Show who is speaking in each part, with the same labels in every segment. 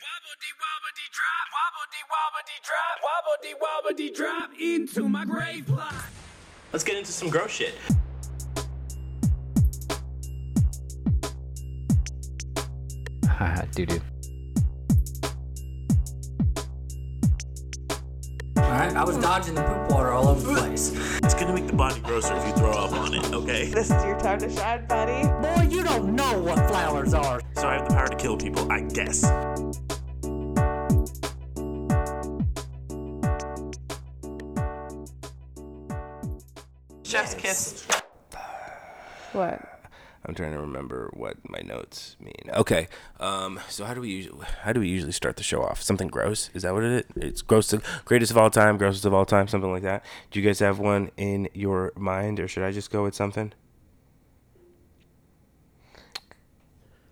Speaker 1: Wobbledy wobbledy drop, wobbledy wobbledy drop, wobbledy wobbledy drop into my grave plot.
Speaker 2: Let's get into some gross shit.
Speaker 3: Haha, doo doo.
Speaker 4: Alright, I was dodging the poop water all over the place.
Speaker 2: It's gonna make the body grosser if you throw up on it, okay?
Speaker 5: This is your time to shine, buddy.
Speaker 4: Boy, you don't know what flowers are.
Speaker 2: So I have the power to kill people, I guess. Chef's kiss.
Speaker 5: What?
Speaker 6: I'm trying to remember what my notes mean. Okay, um, so how do we usually how do we usually start the show off? Something gross? Is that what it is? It's gross, to, greatest of all time, grossest of all time, something like that. Do you guys have one in your mind, or should I just go with something?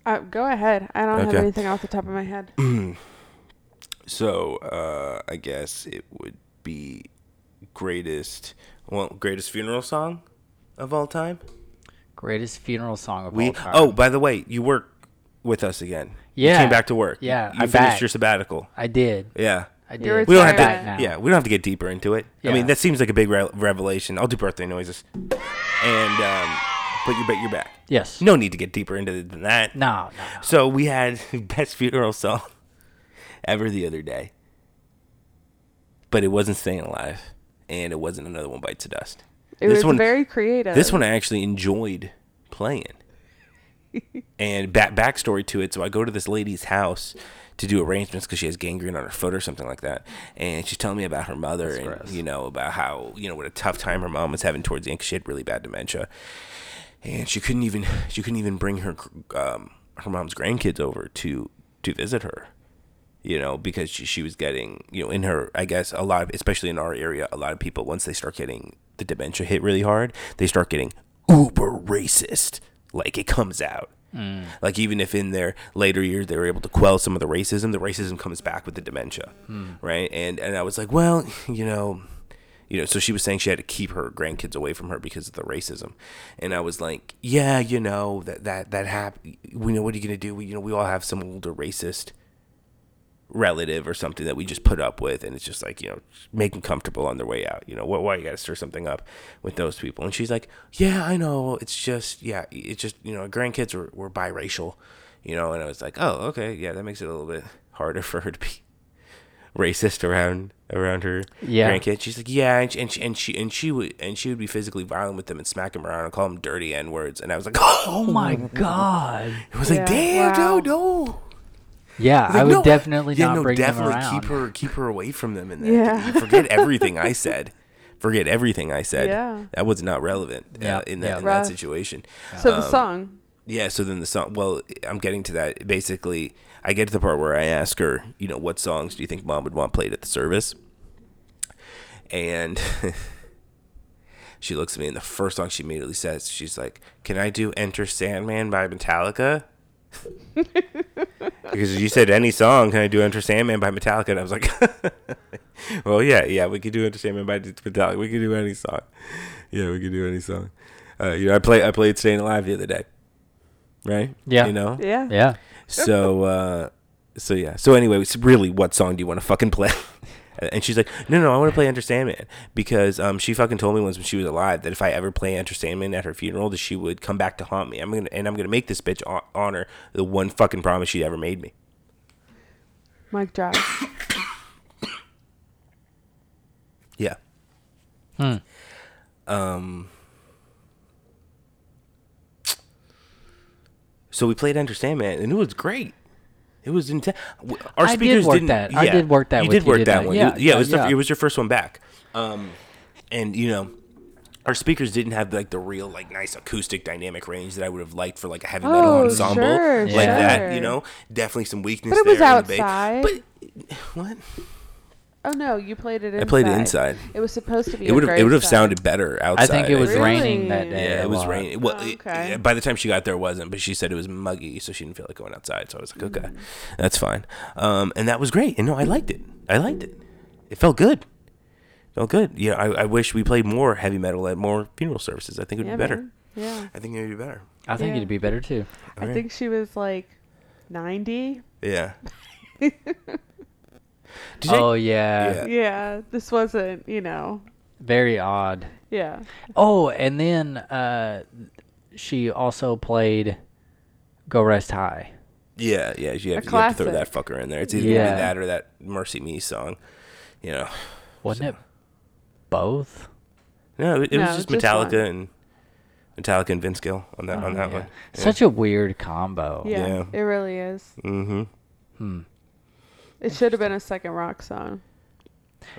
Speaker 5: Uh, go ahead. I don't have
Speaker 6: Okay.
Speaker 5: anything off the top of my head.
Speaker 6: So uh, I guess it would be greatest well greatest funeral song of all time.
Speaker 3: Greatest funeral song of
Speaker 6: We
Speaker 3: all time.
Speaker 6: oh by the way, you work with us again.
Speaker 3: Yeah.
Speaker 6: you came back to work.
Speaker 3: Yeah,
Speaker 6: you
Speaker 3: I'm
Speaker 6: finished
Speaker 3: back.
Speaker 6: your sabbatical.
Speaker 3: I did.
Speaker 6: Yeah,
Speaker 3: I
Speaker 5: You're
Speaker 3: did.
Speaker 6: We don't have
Speaker 5: Sorry
Speaker 6: to.
Speaker 5: about
Speaker 3: that.
Speaker 6: Yeah, we don't have to get deeper into it. I
Speaker 3: Yeah.
Speaker 6: mean, that seems like a big re- revelation. I'll do birthday noises, and um, but you bet you're back.
Speaker 3: Yes.
Speaker 6: No need to get deeper into it than that.
Speaker 3: No. no.
Speaker 6: So we had best funeral song ever the other day, but it wasn't "Staying Alive," and it wasn't another one bites the dust.
Speaker 5: It
Speaker 6: This
Speaker 5: was
Speaker 6: one-
Speaker 5: very creative.
Speaker 6: This one I actually enjoyed playing. and back backstory to it, so I go to this lady's house to do arrangements because she has gangrene on her foot or something like that, and she's telling me about her mother and you know about how you know what a tough time her mom was having towards the end 'cause she had really bad dementia, and she couldn't even she couldn't even bring her um, her mom's grandkids over to to visit her you know, because she, she was getting, you know, in her, I guess, a lot of, especially in our area, a lot of people, once they start getting the dementia hit really hard, they start getting uber racist. Like it comes out. Like even if in their later years they were able to quell some of the racism, the racism comes back with the dementia, right? And and I was like, well, you know, you know, so she was saying she had to keep her grandkids away from her because of the racism, and I was like, yeah, you know that that that happened. We know what are you gonna do? We, you know, we all have some older racist relative or something that we just put up with and it's just like you know make them comfortable on their way out you know why, why you gotta stir something up with those people and she's like yeah i know it's just yeah it's just you know grandkids were, were biracial you know and i was like oh okay yeah that makes it a little bit harder for her to be racist around around her
Speaker 3: Yeah.
Speaker 6: grandkids she's like yeah and she, and she and she and she would and she would be physically violent with them and smack them around and call them dirty n words and i was like oh
Speaker 3: Oh my god.
Speaker 6: i was like
Speaker 5: Yeah,
Speaker 6: damn
Speaker 5: wow.
Speaker 6: dude no
Speaker 3: Yeah, I
Speaker 6: like,
Speaker 3: would
Speaker 6: no,
Speaker 3: definitely
Speaker 6: yeah,
Speaker 3: not
Speaker 6: no,
Speaker 3: bring
Speaker 6: definitely
Speaker 3: them around.
Speaker 6: keep her keep her away from them. And that.
Speaker 5: Yeah.
Speaker 6: forget everything I said. Forget everything I said.
Speaker 5: Yeah.
Speaker 6: that was not relevant
Speaker 3: Yeah,
Speaker 6: uh, in that
Speaker 3: yeah.
Speaker 6: in
Speaker 5: Rough.
Speaker 6: that situation.
Speaker 5: so
Speaker 6: um,
Speaker 5: the song.
Speaker 6: Yeah. So then the song. Well, I'm getting to that. Basically, I get to the part where I ask her, you know, what songs do you think mom would want played at the service? And she looks at me, and the first song she immediately says, she's like, "Can I do Enter Sandman by Metallica?" because you said any song, can I do Enter Sandman by Metallica? And I was like, well, yeah, yeah, we could do Enter Sandman by Metallica. We could do any song. Yeah, we could do any song. Uh, you know, I play I played Staying Alive the other day, right?
Speaker 3: Yeah.
Speaker 6: you know.
Speaker 5: Yeah.
Speaker 3: Yeah.
Speaker 6: So, uh, so yeah. So anyway, it's really, what song do you want to fucking play? And she's like, no, no, I want to play Enter Sandman because um, she fucking told me once when she was alive that if I ever play Enter Sandman at her funeral, that she would come back to haunt me. I'm gonna and I'm gonna make this bitch hon- honor the one fucking promise she ever made me.
Speaker 5: Mic drop.
Speaker 6: Yeah.
Speaker 3: Hmm.
Speaker 6: Um. So we played Enter Sandman, and it was great. It was intense. Our
Speaker 3: I did
Speaker 6: speakers
Speaker 3: work
Speaker 6: not
Speaker 3: that. I did work that
Speaker 6: You
Speaker 3: with
Speaker 6: did
Speaker 3: you,
Speaker 6: work
Speaker 3: didn't
Speaker 6: that
Speaker 3: I?
Speaker 6: one.
Speaker 3: Yeah,
Speaker 6: Yeah, yeah. It was, the-
Speaker 3: yeah.
Speaker 6: it was your first one back. Um, and you know, our speakers didn't have like the real like nice acoustic dynamic range that I would have liked for like a heavy metal
Speaker 5: Oh,
Speaker 6: ensemble
Speaker 5: sure,
Speaker 6: like that.
Speaker 5: sure.
Speaker 6: You know, definitely some weakness.
Speaker 5: But it was
Speaker 6: there in the ba-
Speaker 5: outside.
Speaker 6: but what?
Speaker 5: Oh no, you played it inside.
Speaker 6: I played it inside.
Speaker 5: It was supposed to be.
Speaker 6: It
Speaker 5: a
Speaker 6: would have it
Speaker 5: grave
Speaker 6: would have
Speaker 5: site.
Speaker 6: sounded better outside.
Speaker 3: I think it was
Speaker 5: Really?
Speaker 3: raining that day.
Speaker 6: Yeah,
Speaker 3: a
Speaker 6: it was
Speaker 3: lot.
Speaker 6: raining. Well,
Speaker 5: Oh,
Speaker 6: it-
Speaker 5: okay.
Speaker 6: it- by the time she got there, it wasn't. But she said it was muggy, so she didn't feel like going outside. So I was like, okay,
Speaker 5: Mm.
Speaker 6: that's fine. Um, and that was great. And no, I liked it. I liked it. It felt good. Felt good. You know, I, I wish we played more heavy metal at more funeral services. I think it would
Speaker 5: Yeah,
Speaker 6: be better.
Speaker 5: man. Yeah.
Speaker 6: I think it would be better.
Speaker 3: I think
Speaker 5: Yeah.
Speaker 3: it'd be better too.
Speaker 5: I think she was like ninety.
Speaker 6: Yeah. Did I-
Speaker 3: Oh yeah.
Speaker 6: Yeah.
Speaker 5: Yeah, this wasn't, you know.
Speaker 3: very odd.
Speaker 5: Yeah.
Speaker 3: Oh, and then uh, she also played Go Rest High.
Speaker 6: Yeah, yeah. You have, you have to throw that
Speaker 5: classic.
Speaker 6: fucker in there. It's either gonna
Speaker 3: Yeah.
Speaker 6: be that or that Mercy Me song. You know,
Speaker 3: Wasn't it both?
Speaker 6: no, it, it
Speaker 5: No,
Speaker 6: was just
Speaker 5: just
Speaker 6: Metallica
Speaker 5: one. Oh,
Speaker 6: and Metallica and Vince Gill on that on that one.
Speaker 3: Such a weird combo.
Speaker 5: Yeah.
Speaker 6: Yeah.
Speaker 5: It really is.
Speaker 6: Mm-hmm.
Speaker 5: It should have been a second rock song.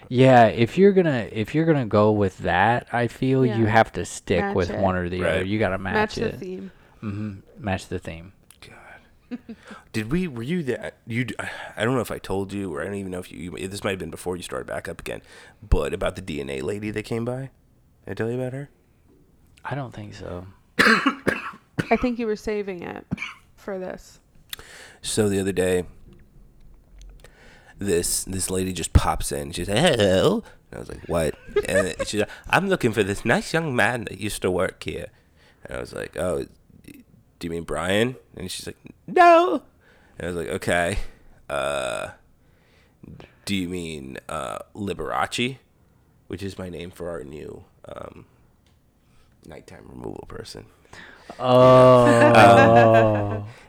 Speaker 3: Yeah, if you're gonna if you're gonna go with that, I feel
Speaker 5: Yeah.
Speaker 3: you have to stick
Speaker 5: Match
Speaker 3: with
Speaker 5: it.
Speaker 3: one or the other.
Speaker 6: Right.
Speaker 3: You gotta match,
Speaker 5: Match the
Speaker 3: it.
Speaker 5: theme.
Speaker 3: Match the theme.
Speaker 6: God, did we? Were you that? You? I don't know if I told you, or I don't even know if you. you this might have been before you started back up again. But about the DNA lady that came by, did I tell you about her?
Speaker 3: I don't think so.
Speaker 5: I think you were saving it for this.
Speaker 6: So the other day, this this lady just pops in. She's like, "Hello," and I was like, "What?" And then she's like, "I'm looking for this nice young man that used to work here." And I was like, "Oh, do you mean Brian?" And she's like, "No." And I was like, "Okay, uh, do you mean uh, Liberace, which is my name for our new um, nighttime removal person?"
Speaker 3: Oh.
Speaker 6: And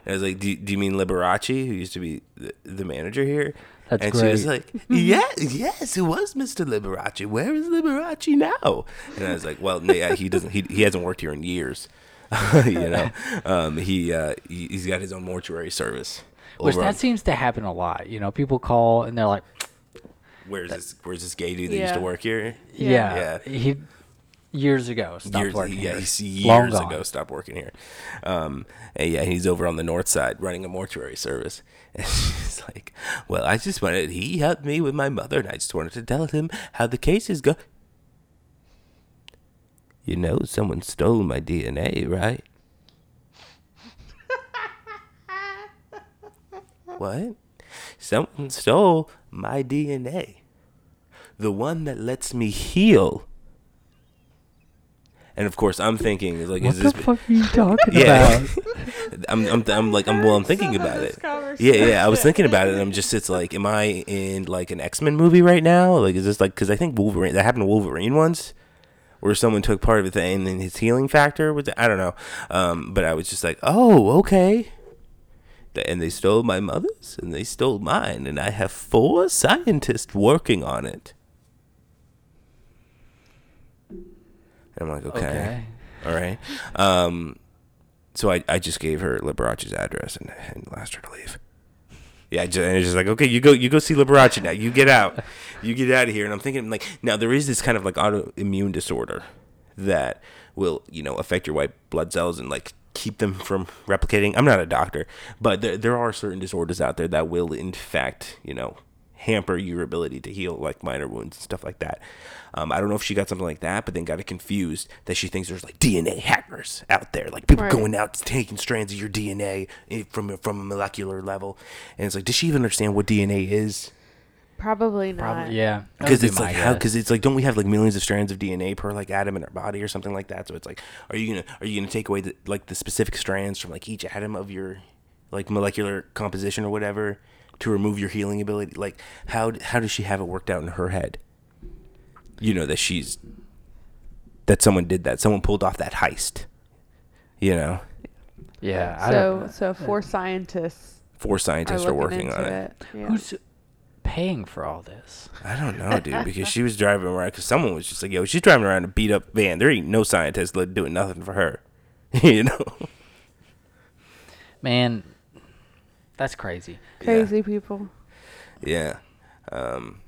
Speaker 6: I was like, do, do you mean Liberace, who used to be the, the manager here?
Speaker 3: That's
Speaker 6: and she was
Speaker 3: great.
Speaker 6: like, yeah, yes, it was Mr. Liberace. Where is Liberace now? And I was like, well, no, yeah, he doesn't. He, he hasn't worked here in years. you know, um, he, uh, he he's got his own mortuary service.
Speaker 3: Which
Speaker 6: over on-
Speaker 3: that seems to happen a lot. You know, people call and they're like,
Speaker 6: where's this where's this gay dude that used
Speaker 5: Yeah.
Speaker 6: to work here?
Speaker 3: "Yeah,
Speaker 6: Yeah.
Speaker 3: he years ago stopped
Speaker 6: years,
Speaker 3: working
Speaker 6: yeah,
Speaker 3: here.
Speaker 6: he's
Speaker 3: Long
Speaker 6: years
Speaker 3: gone.
Speaker 6: ago stopped working here. Um, and yeah, he's over on the north side running a mortuary service. And she's like, "Well, I just wanted he helped me with my mother, and I just wanted to tell him how the cases go." You know, someone stole my DNA, right? what? Someone stole my DNA. The one that lets me heal. And of course, I'm thinking like,
Speaker 3: What
Speaker 6: is this?
Speaker 3: the fuck are you talking
Speaker 6: yeah,
Speaker 3: about?
Speaker 6: I'm, I'm, I'm like, I'm well, I'm thinking about it. Yeah, yeah, I was thinking about it, and I'm just, it's like, am I in like an X Men movie right now? Like, is this like, because I think Wolverine, that happened to Wolverine once, where someone took part of it, and then his healing factor was, I don't know, um, but I was just like, oh, okay. Th- And they stole my mother's, and they stole mine, and I have four scientists working on it. And I'm like, okay.
Speaker 3: Okay.
Speaker 6: All right. Um, so I, I just gave her Liberace's address and, and asked her to leave. Yeah, I ju- and it's just like, okay, you go, you go see Liberace now. You get out, you get out of here. And I'm thinking, like, now there is this kind of like autoimmune disorder that will, you know, affect your white blood cells and like keep them from replicating. I'm not a doctor, but there there are certain disorders out there that will, in fact, you know, hamper your ability to heal like minor wounds and stuff like that. Um, I don't know if she got something like that, but then got it confused that she thinks there's like DNA hackers out there, like people
Speaker 5: Right.
Speaker 6: going out taking strands of your DNA i- from a- from a molecular level. And it's like, does she even understand what DNA is?
Speaker 5: Probably not.
Speaker 3: Probably, yeah, that would
Speaker 6: Because
Speaker 3: be
Speaker 6: it's
Speaker 3: my
Speaker 6: like how?
Speaker 3: guess.
Speaker 6: Because it's like, don't we have like millions of strands of DNA per like atom in our body or something like that? So it's like, are you gonna are you gonna take away the, like the specific strands from like each atom of your like molecular composition or whatever to remove your healing ability? Like how how does she have it worked out in her head? You know that she's that someone did that. Someone pulled off that heist. You know,
Speaker 3: yeah. I don't
Speaker 5: So, so four scientists
Speaker 6: four
Speaker 5: are
Speaker 6: scientists are,
Speaker 5: looking
Speaker 6: working
Speaker 5: into
Speaker 6: on it.
Speaker 5: it. Yeah.
Speaker 3: who's paying for all this?
Speaker 6: I don't know, dude, because she was driving around. Because someone was just like, "Yo, she's driving around in a beat up van. There ain't no scientist li- doing nothing for her." you know?
Speaker 3: Man, that's crazy.
Speaker 5: Crazy people.
Speaker 6: Yeah. Um,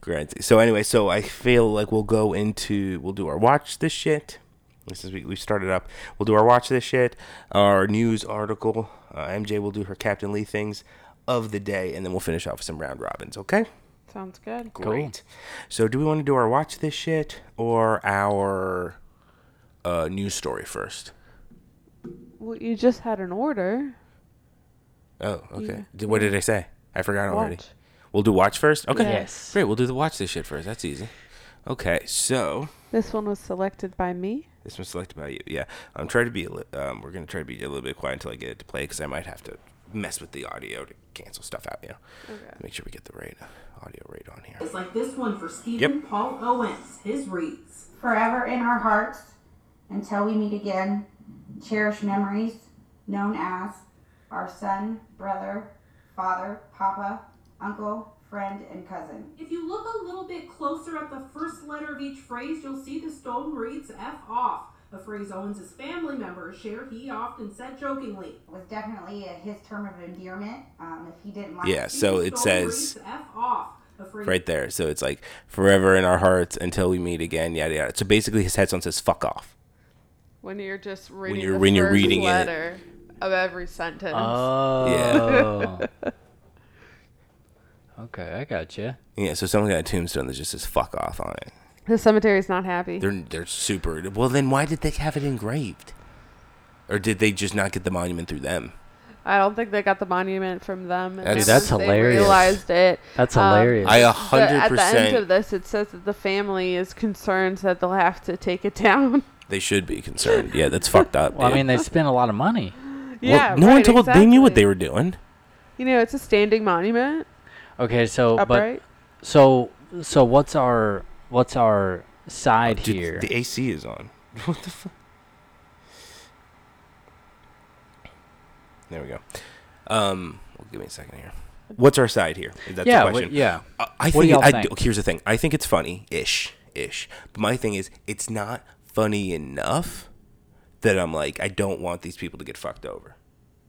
Speaker 6: great. So anyway, so I feel like we'll go into we'll do our watch this shit. This is we we started up. We'll do our watch this shit, our news article. Uh, MJ will do her Captain Lee things of the day, and then we'll finish off with some round robins. Okay.
Speaker 5: Sounds good.
Speaker 6: Great. So, do we want to do our watch this shit or our uh, news story first?
Speaker 5: Well, you just had an order.
Speaker 6: Oh, okay. Did- what did I say? I forgot already.
Speaker 5: Watch.
Speaker 6: We'll do watch first. Okay.
Speaker 3: Yes.
Speaker 6: Great. We'll do the watch this shit first. That's easy. Okay. So
Speaker 5: This one was selected by me.
Speaker 6: this one's selected by you. Yeah. I'm trying to be. a li- Um, we're gonna try to be a little bit quiet until I get it to play because I might have to mess with the audio to cancel stuff out, you know. Make sure we get the right audio right on here.
Speaker 7: It's like this one for Stephen
Speaker 6: Yep.
Speaker 7: Paul Owens. His reads.
Speaker 8: forever in our hearts until we meet again. Cherish memories known as our son, brother, father, papa, uncle, friend, and cousin.
Speaker 7: Um, If you look a little bit closer at the first letter of each phrase, you'll see the stone reads F off, a phrase Owens' family members share he often said jokingly.
Speaker 8: It was definitely a, his term of endearment. Um, if he didn't like
Speaker 6: Yeah, so it
Speaker 7: Stone
Speaker 6: says
Speaker 7: reads F off, a phrase
Speaker 6: right there. So it's like forever in our hearts until we meet again, yada yada. So basically, his headstone says "fuck off."
Speaker 5: When you're just reading
Speaker 6: you're-
Speaker 5: the
Speaker 6: when you're
Speaker 5: first
Speaker 6: reading it.
Speaker 5: letter of every sentence.
Speaker 3: Uh, Oh. okay, I gotcha.
Speaker 6: Yeah. So someone got a tombstone that just says "fuck off" on it.
Speaker 5: the cemetery's not happy.
Speaker 6: They're they're super. Well, then why did they have it engraved? Or did they just not get the monument through them?
Speaker 5: I don't think they got the monument from them. and
Speaker 6: That's-
Speaker 5: then
Speaker 6: That's
Speaker 5: once they
Speaker 3: hilarious.
Speaker 5: Realized it.
Speaker 3: That's
Speaker 5: um,
Speaker 3: hilarious.
Speaker 6: I a
Speaker 5: the-
Speaker 6: hundred
Speaker 5: At the end
Speaker 6: percent.
Speaker 5: of this, it says that the family is concerned that they'll have to take it down.
Speaker 6: They should be concerned. Yeah, that's fucked up.
Speaker 3: well, I
Speaker 6: dude.
Speaker 3: mean, they spent a lot of money.
Speaker 6: Well,
Speaker 5: yeah,
Speaker 6: no one
Speaker 5: right,
Speaker 6: told. They knew what
Speaker 5: exactly.
Speaker 6: they were doing.
Speaker 5: You know, it's a standing monument,
Speaker 3: Okay, so
Speaker 5: upright.
Speaker 3: but so so what's our what's our side
Speaker 6: Dude,
Speaker 3: here?
Speaker 6: The AC is on. What the fuck? There we go. Um, well, give me a second here. What's our side here? That's
Speaker 3: yeah,
Speaker 6: the
Speaker 3: what-
Speaker 6: question.
Speaker 3: yeah.
Speaker 6: I, I
Speaker 3: What do
Speaker 6: think,
Speaker 3: y'all
Speaker 6: I
Speaker 3: think?
Speaker 6: here's the thing. I think it's funny ish, ish. But my thing is, it's not funny enough that I'm like, I don't want these people to get fucked over.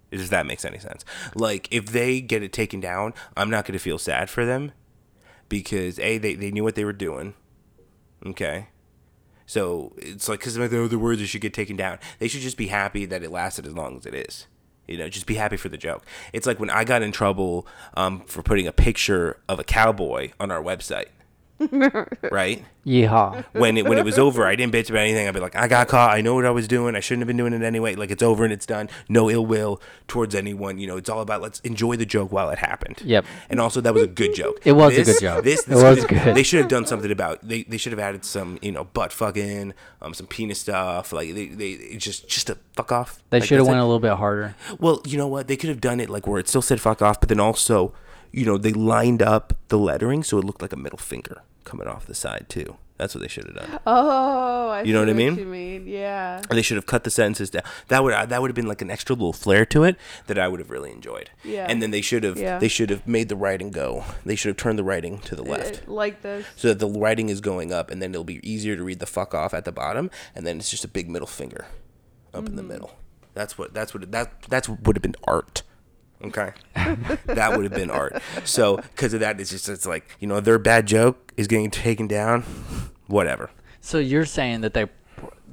Speaker 6: If that makes any sense. Like, if they get it taken down, I'm not going to feel sad for them because a they, they knew what they were doing. Okay. So it's like because the other words that should get taken down, they should just be happy that it lasted as long as it is. You know, just be happy for the joke. It's like when I got in trouble um, for putting a picture of a cowboy on our website, right?
Speaker 3: Yeehaw.
Speaker 6: When it when it was over, I didn't bitch about anything. I'd be like, I got caught. I know what I was doing. I shouldn't have been doing it anyway. Like it's over and it's done. No ill will towards anyone. You know, it's all about let's enjoy the joke while it happened.
Speaker 3: Yep.
Speaker 6: And also, that was a good joke.
Speaker 3: It was a good joke.
Speaker 6: This,
Speaker 3: It
Speaker 6: this
Speaker 3: was
Speaker 6: could've-
Speaker 3: good.
Speaker 6: They should have done something about. They, they should have added some you know butt fucking, um, some penis stuff. Like they they it just just to fuck off.
Speaker 3: They
Speaker 6: Like,
Speaker 3: should have
Speaker 6: that's
Speaker 3: went
Speaker 6: it.
Speaker 3: a little bit harder.
Speaker 6: Well, you know what? They could have done it like where it still said fuck off, but then also, you know, they lined up the lettering so it looked like a middle finger coming off the side too. That's what they should have done.
Speaker 5: oh, I
Speaker 6: You know
Speaker 5: see
Speaker 6: what I mean?
Speaker 5: You mean? Yeah.
Speaker 6: Or they should have cut the sentences down. That would that would have been like an extra little flair to it that I would have really enjoyed.
Speaker 5: Yeah.
Speaker 6: And then they should have
Speaker 5: Yeah.
Speaker 6: they should have made the writing go. They should have turned the writing to the left.
Speaker 5: It- like this.
Speaker 6: so that the writing is going up and then it'll be easier to read the fuck off at the bottom and then it's just a big middle finger up in the
Speaker 5: Mm-hmm.
Speaker 6: middle that's what that's what that that's what would have been art okay that would have been art so because of that it's just it's like you know their bad joke is getting taken down whatever
Speaker 3: So you're saying that they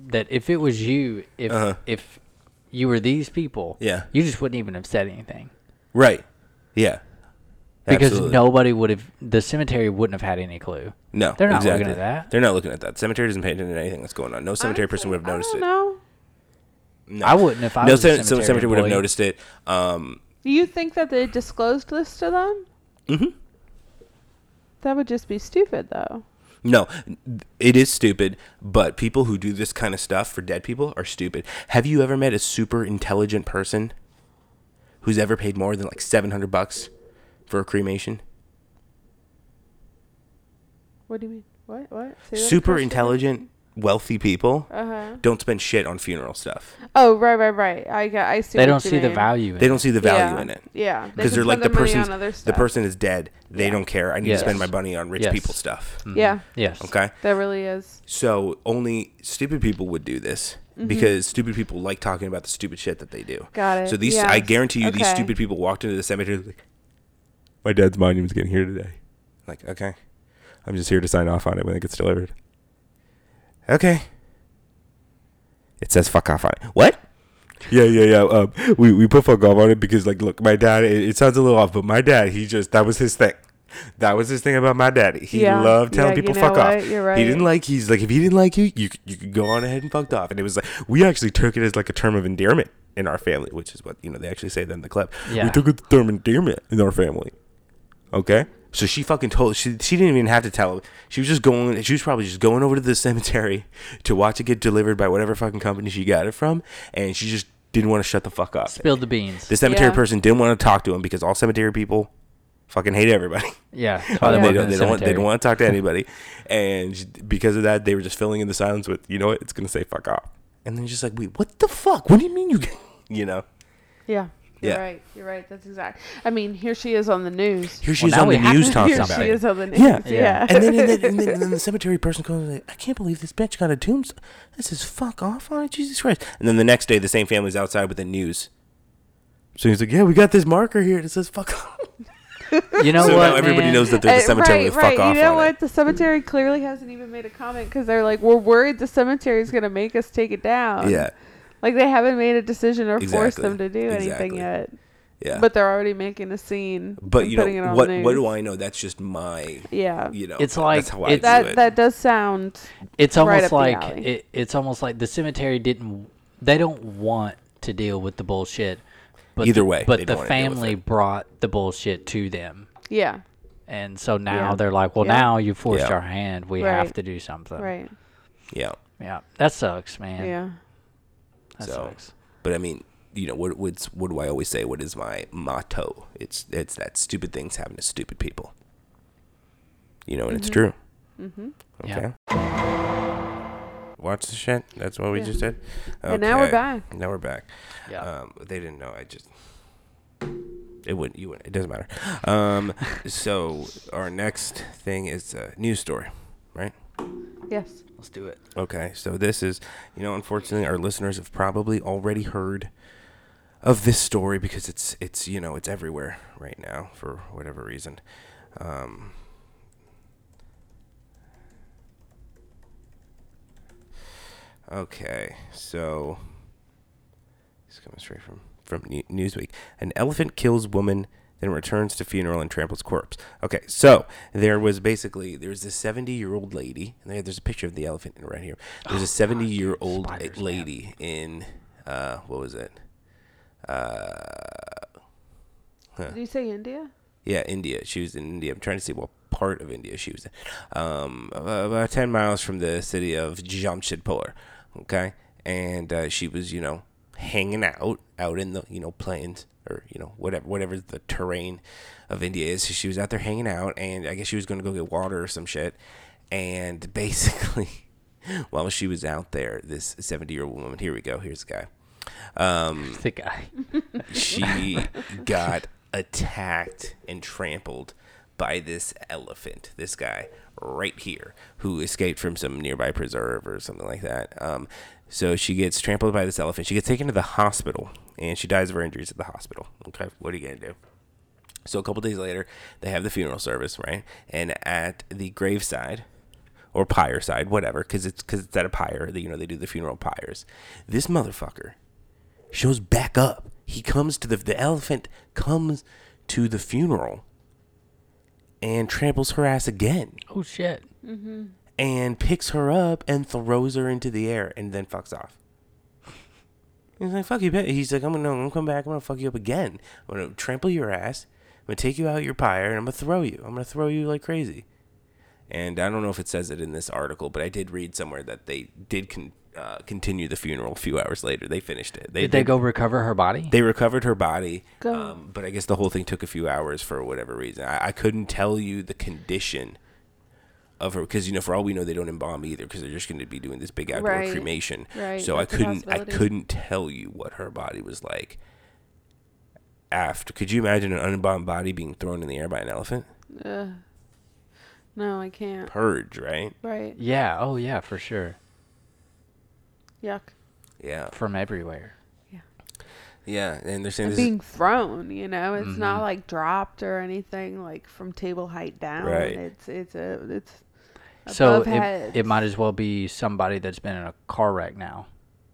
Speaker 3: that if it was you, if if you were these people,
Speaker 6: Uh-huh. Yeah.
Speaker 3: you just wouldn't even have said anything
Speaker 6: right yeah
Speaker 3: because
Speaker 6: Absolutely.
Speaker 3: nobody would have. The cemetery wouldn't have had any clue.
Speaker 6: no
Speaker 3: they're not
Speaker 6: exactly.
Speaker 3: looking at that.
Speaker 6: they're not looking at that cemetery doesn't pay attention to anything that's going on no cemetery person would have noticed
Speaker 5: I
Speaker 6: it
Speaker 5: don't know.
Speaker 3: I wouldn't if I
Speaker 6: no
Speaker 3: was a
Speaker 6: cemetery,
Speaker 3: cemetery,
Speaker 6: cemetery would have
Speaker 3: employee.
Speaker 6: noticed it um
Speaker 5: Do you think that they disclosed this to them? Mm-hmm. That would just be stupid, though.
Speaker 6: No, it is stupid, but people who do this kind of stuff for dead people are stupid. Have you ever met a super intelligent person who's ever paid more than like 700 bucks for a cremation?
Speaker 5: What do you mean? What? What? Say that
Speaker 6: Super
Speaker 5: first
Speaker 6: intelligent, wealthy people
Speaker 5: Uh-huh.
Speaker 6: don't spend shit on funeral stuff.
Speaker 5: again. Oh, right, right, right. I get. I see.
Speaker 3: They
Speaker 5: what
Speaker 3: don't
Speaker 5: you
Speaker 3: see the
Speaker 5: mean.
Speaker 3: value. In
Speaker 6: They don't see the value
Speaker 5: Yeah.
Speaker 6: in it.
Speaker 5: Yeah,
Speaker 6: Because
Speaker 5: can
Speaker 6: they are like
Speaker 5: spend
Speaker 6: the
Speaker 5: their money on
Speaker 6: person's
Speaker 5: other
Speaker 6: the
Speaker 5: stuff.
Speaker 6: person is dead. They don't care. I need
Speaker 3: Yes.
Speaker 6: to spend my money on rich
Speaker 3: Yes.
Speaker 6: people stuff.
Speaker 5: Yeah,
Speaker 3: It. Yes.
Speaker 6: Okay?
Speaker 5: that really is.
Speaker 6: So only stupid people would do this because stupid people like talking about the stupid shit that they do.
Speaker 5: Mm-hmm. Got it.
Speaker 6: So these,
Speaker 5: Yeah.
Speaker 6: I guarantee you, these
Speaker 5: Okay.
Speaker 6: stupid people walked into the cemetery like, "My dad's monument's getting here today." Like, okay, I'm just here to sign off on it when it gets delivered. Okay. It says "fuck off" on it. What? Yeah, yeah, yeah. Um, we we put fuck off on it because like, look, my dad. It, it sounds a little off, but my dad, he just that was his thing. That was his thing about my daddy. He
Speaker 5: Yeah.
Speaker 6: loved telling
Speaker 5: Yeah, you
Speaker 6: people
Speaker 5: know
Speaker 6: fuck off.
Speaker 5: what? You're
Speaker 6: He
Speaker 5: right.
Speaker 6: didn't like he's like if he didn't like you, you c- you could go on ahead and fucked off. And it was like we actually took it as like a term of endearment in our family, which is what you know they actually say that in the clip.
Speaker 3: Yeah.
Speaker 6: We took it the term endearment in our family. Okay. So she fucking told she she didn't even have to tell him. She was just going she was probably just going over to the cemetery to watch it get delivered by whatever fucking company she got it from and she just didn't want to shut the fuck up.
Speaker 3: Spilled the beans.
Speaker 6: This cemetery
Speaker 5: Yeah.
Speaker 6: person didn't want to talk to him because all cemetery people fucking hate everybody.
Speaker 3: yeah.
Speaker 6: Um,
Speaker 3: Tyler
Speaker 6: They,
Speaker 3: Morgan
Speaker 6: don't,
Speaker 3: in
Speaker 6: they,
Speaker 3: the
Speaker 6: don't want, they
Speaker 3: cemetery.
Speaker 6: don't want to talk to anybody. And j- because of that, they were just filling in the silence with, you know what, it's going to say fuck off. And then just like, wait, what the fuck? What do you mean you, you know?
Speaker 5: Yeah. You're
Speaker 6: Yeah.
Speaker 5: right. You're right. That's exact. I mean, here she is on the news.
Speaker 6: Here she
Speaker 3: Well,
Speaker 6: is
Speaker 3: now we
Speaker 6: on the
Speaker 3: have
Speaker 6: news
Speaker 3: to-
Speaker 6: talking
Speaker 5: Here
Speaker 6: about
Speaker 5: she
Speaker 6: it.
Speaker 5: is on the news.
Speaker 6: Yeah.
Speaker 5: Yeah.
Speaker 3: Yeah.
Speaker 6: And then, and then, and then, and then the cemetery person goes, like, I can't believe this bitch got a tombstone. This is fuck off on it, Jesus Christ. And then the next day, the same family's outside with the news. So he's like, yeah, we got this marker here that says fuck off.
Speaker 3: You know
Speaker 6: So
Speaker 3: what?
Speaker 6: now everybody
Speaker 3: man?
Speaker 6: knows that there's a
Speaker 5: Uh,
Speaker 6: cemetery
Speaker 5: right,
Speaker 6: with fuck
Speaker 5: right.
Speaker 6: off
Speaker 5: You know
Speaker 6: on
Speaker 5: what?
Speaker 6: it.
Speaker 5: The cemetery clearly hasn't even made a comment because they're like, we're worried the cemetery is going to make us take it down.
Speaker 6: Yeah.
Speaker 5: Like they haven't made a decision or forced
Speaker 6: Exactly.
Speaker 5: them to do anything
Speaker 6: Exactly.
Speaker 5: yet.
Speaker 6: Yeah.
Speaker 5: But they're already making a scene.
Speaker 6: But
Speaker 5: and
Speaker 6: you
Speaker 5: putting it
Speaker 6: know
Speaker 5: on
Speaker 6: what?
Speaker 5: the
Speaker 6: What
Speaker 5: news.
Speaker 6: do I know? That's just my
Speaker 5: Yeah.
Speaker 6: you know.
Speaker 3: It's
Speaker 6: that-
Speaker 3: like-
Speaker 6: that's how
Speaker 3: it's-
Speaker 6: I do
Speaker 5: that
Speaker 6: it.
Speaker 5: that does sound.
Speaker 3: it's
Speaker 5: right
Speaker 3: almost
Speaker 5: up the
Speaker 3: like
Speaker 5: alley.
Speaker 3: it, it's almost like the cemetery didn't they don't want to deal with the bullshit but
Speaker 6: Either
Speaker 3: the-
Speaker 6: way, they
Speaker 3: but
Speaker 6: don't
Speaker 3: the
Speaker 6: wanna deal with
Speaker 3: family
Speaker 6: it.
Speaker 3: brought the bullshit to them
Speaker 5: Yeah.
Speaker 3: and so now
Speaker 5: Yeah.
Speaker 3: they're like well
Speaker 5: Yeah.
Speaker 3: now you forced
Speaker 6: Yeah.
Speaker 3: our hand we have
Speaker 5: Right.
Speaker 3: to do
Speaker 6: Um,
Speaker 3: something
Speaker 5: Right.
Speaker 6: yeah.
Speaker 3: yeah that sucks man
Speaker 5: Yeah.
Speaker 3: that
Speaker 6: so,
Speaker 3: sucks
Speaker 6: but I mean, you know, what what's what do I always say? What is my motto? It's it's that stupid things happen to stupid people. You know, and it's true. Mm-hmm.
Speaker 3: Yeah.
Speaker 6: Okay. Watch the shit. That's what we just did. Okay.
Speaker 5: And now we're back.
Speaker 6: Now we're back.
Speaker 3: Yeah.
Speaker 6: Um, they didn't know. I just. It wouldn't. You wouldn't. It doesn't matter. Um, so our next thing is a news story, right?
Speaker 5: Yes.
Speaker 3: let's do it
Speaker 6: Okay, so this is, you know, unfortunately, our listeners have probably already heard of this story because it's it's you know it's everywhere right now for whatever reason. Um, okay, so it's coming straight from from New- Newsweek. An elephant kills woman, then returns to funeral and tramples corpse. Okay, so there was basically there was this seventy year old lady. And there, there's a picture of the elephant right here. There's a seventy year old
Speaker 3: Ah, Spiders, man.
Speaker 6: lady in uh, what was it? Uh,
Speaker 5: Did you say India?
Speaker 6: yeah, India. She was in India. I'm trying to see what part of India she was in. Um, about about 10 miles from the city of Jamshedpur. Okay. And uh, she was, you know, hanging out out in the, you know, plains or, you know, whatever whatever the terrain of India is. So she was out there hanging out and I guess she was going to go get water or some shit. And basically, while she was out there, this 70 year old woman, here we go, here's the guy
Speaker 3: the guy
Speaker 6: she got attacked and trampled by this elephant, this guy right here, who escaped from some nearby preserve or something like that. Um, so she gets trampled by this elephant. She gets taken to the hospital, and she dies of her injuries at the hospital. Okay, what are you gonna do? So a couple days later, they have the funeral service, right? And at the graveside or pyre side, whatever, because it's because it's at a pyre. That you know they do the funeral pyres. This motherfucker shows back up. He comes to the the elephant comes to the funeral and tramples her ass again
Speaker 3: oh shit
Speaker 6: and picks her up and throws her into the air and then fucks off. He's like, "Fuck you, bitch." He's like, "I'm gonna, I'm gonna come back. I'm gonna fuck you up again. I'm gonna trample your ass. I'm gonna take you out your pyre and I'm gonna throw you. I'm gonna throw you like crazy." And I don't know if it says it in this article, but I did read somewhere that they did con- uh, continue the funeral a few hours later. They finished it.
Speaker 3: did they go recover her body
Speaker 6: They recovered her body,
Speaker 5: Go.
Speaker 6: um, but I guess the whole thing took a few hours for whatever reason. I, I couldn't tell you the condition of her because you know, for all we know, they don't embalm either because they're just going to be doing this big outdoor
Speaker 5: Right.
Speaker 6: cremation.
Speaker 5: Right,
Speaker 6: So
Speaker 5: that's a
Speaker 6: I couldn't, I
Speaker 5: possibility.
Speaker 6: couldn't tell you what her body was like after. Could you imagine an unbombed body being thrown in the air by an elephant?
Speaker 5: Ugh. No, I can't.
Speaker 6: Purge, right?
Speaker 5: Right.
Speaker 3: yeah oh yeah for sure
Speaker 5: Yuck.
Speaker 6: Yeah,
Speaker 3: from everywhere
Speaker 6: yeah. And they're saying this is Mm-hmm.
Speaker 5: Being thrown, you know, it's not like dropped or anything like from table height down.
Speaker 6: Right.
Speaker 5: It's it's a it's
Speaker 3: so
Speaker 5: above
Speaker 3: it, it
Speaker 5: heads.
Speaker 3: might as well be somebody that's been in a car wreck now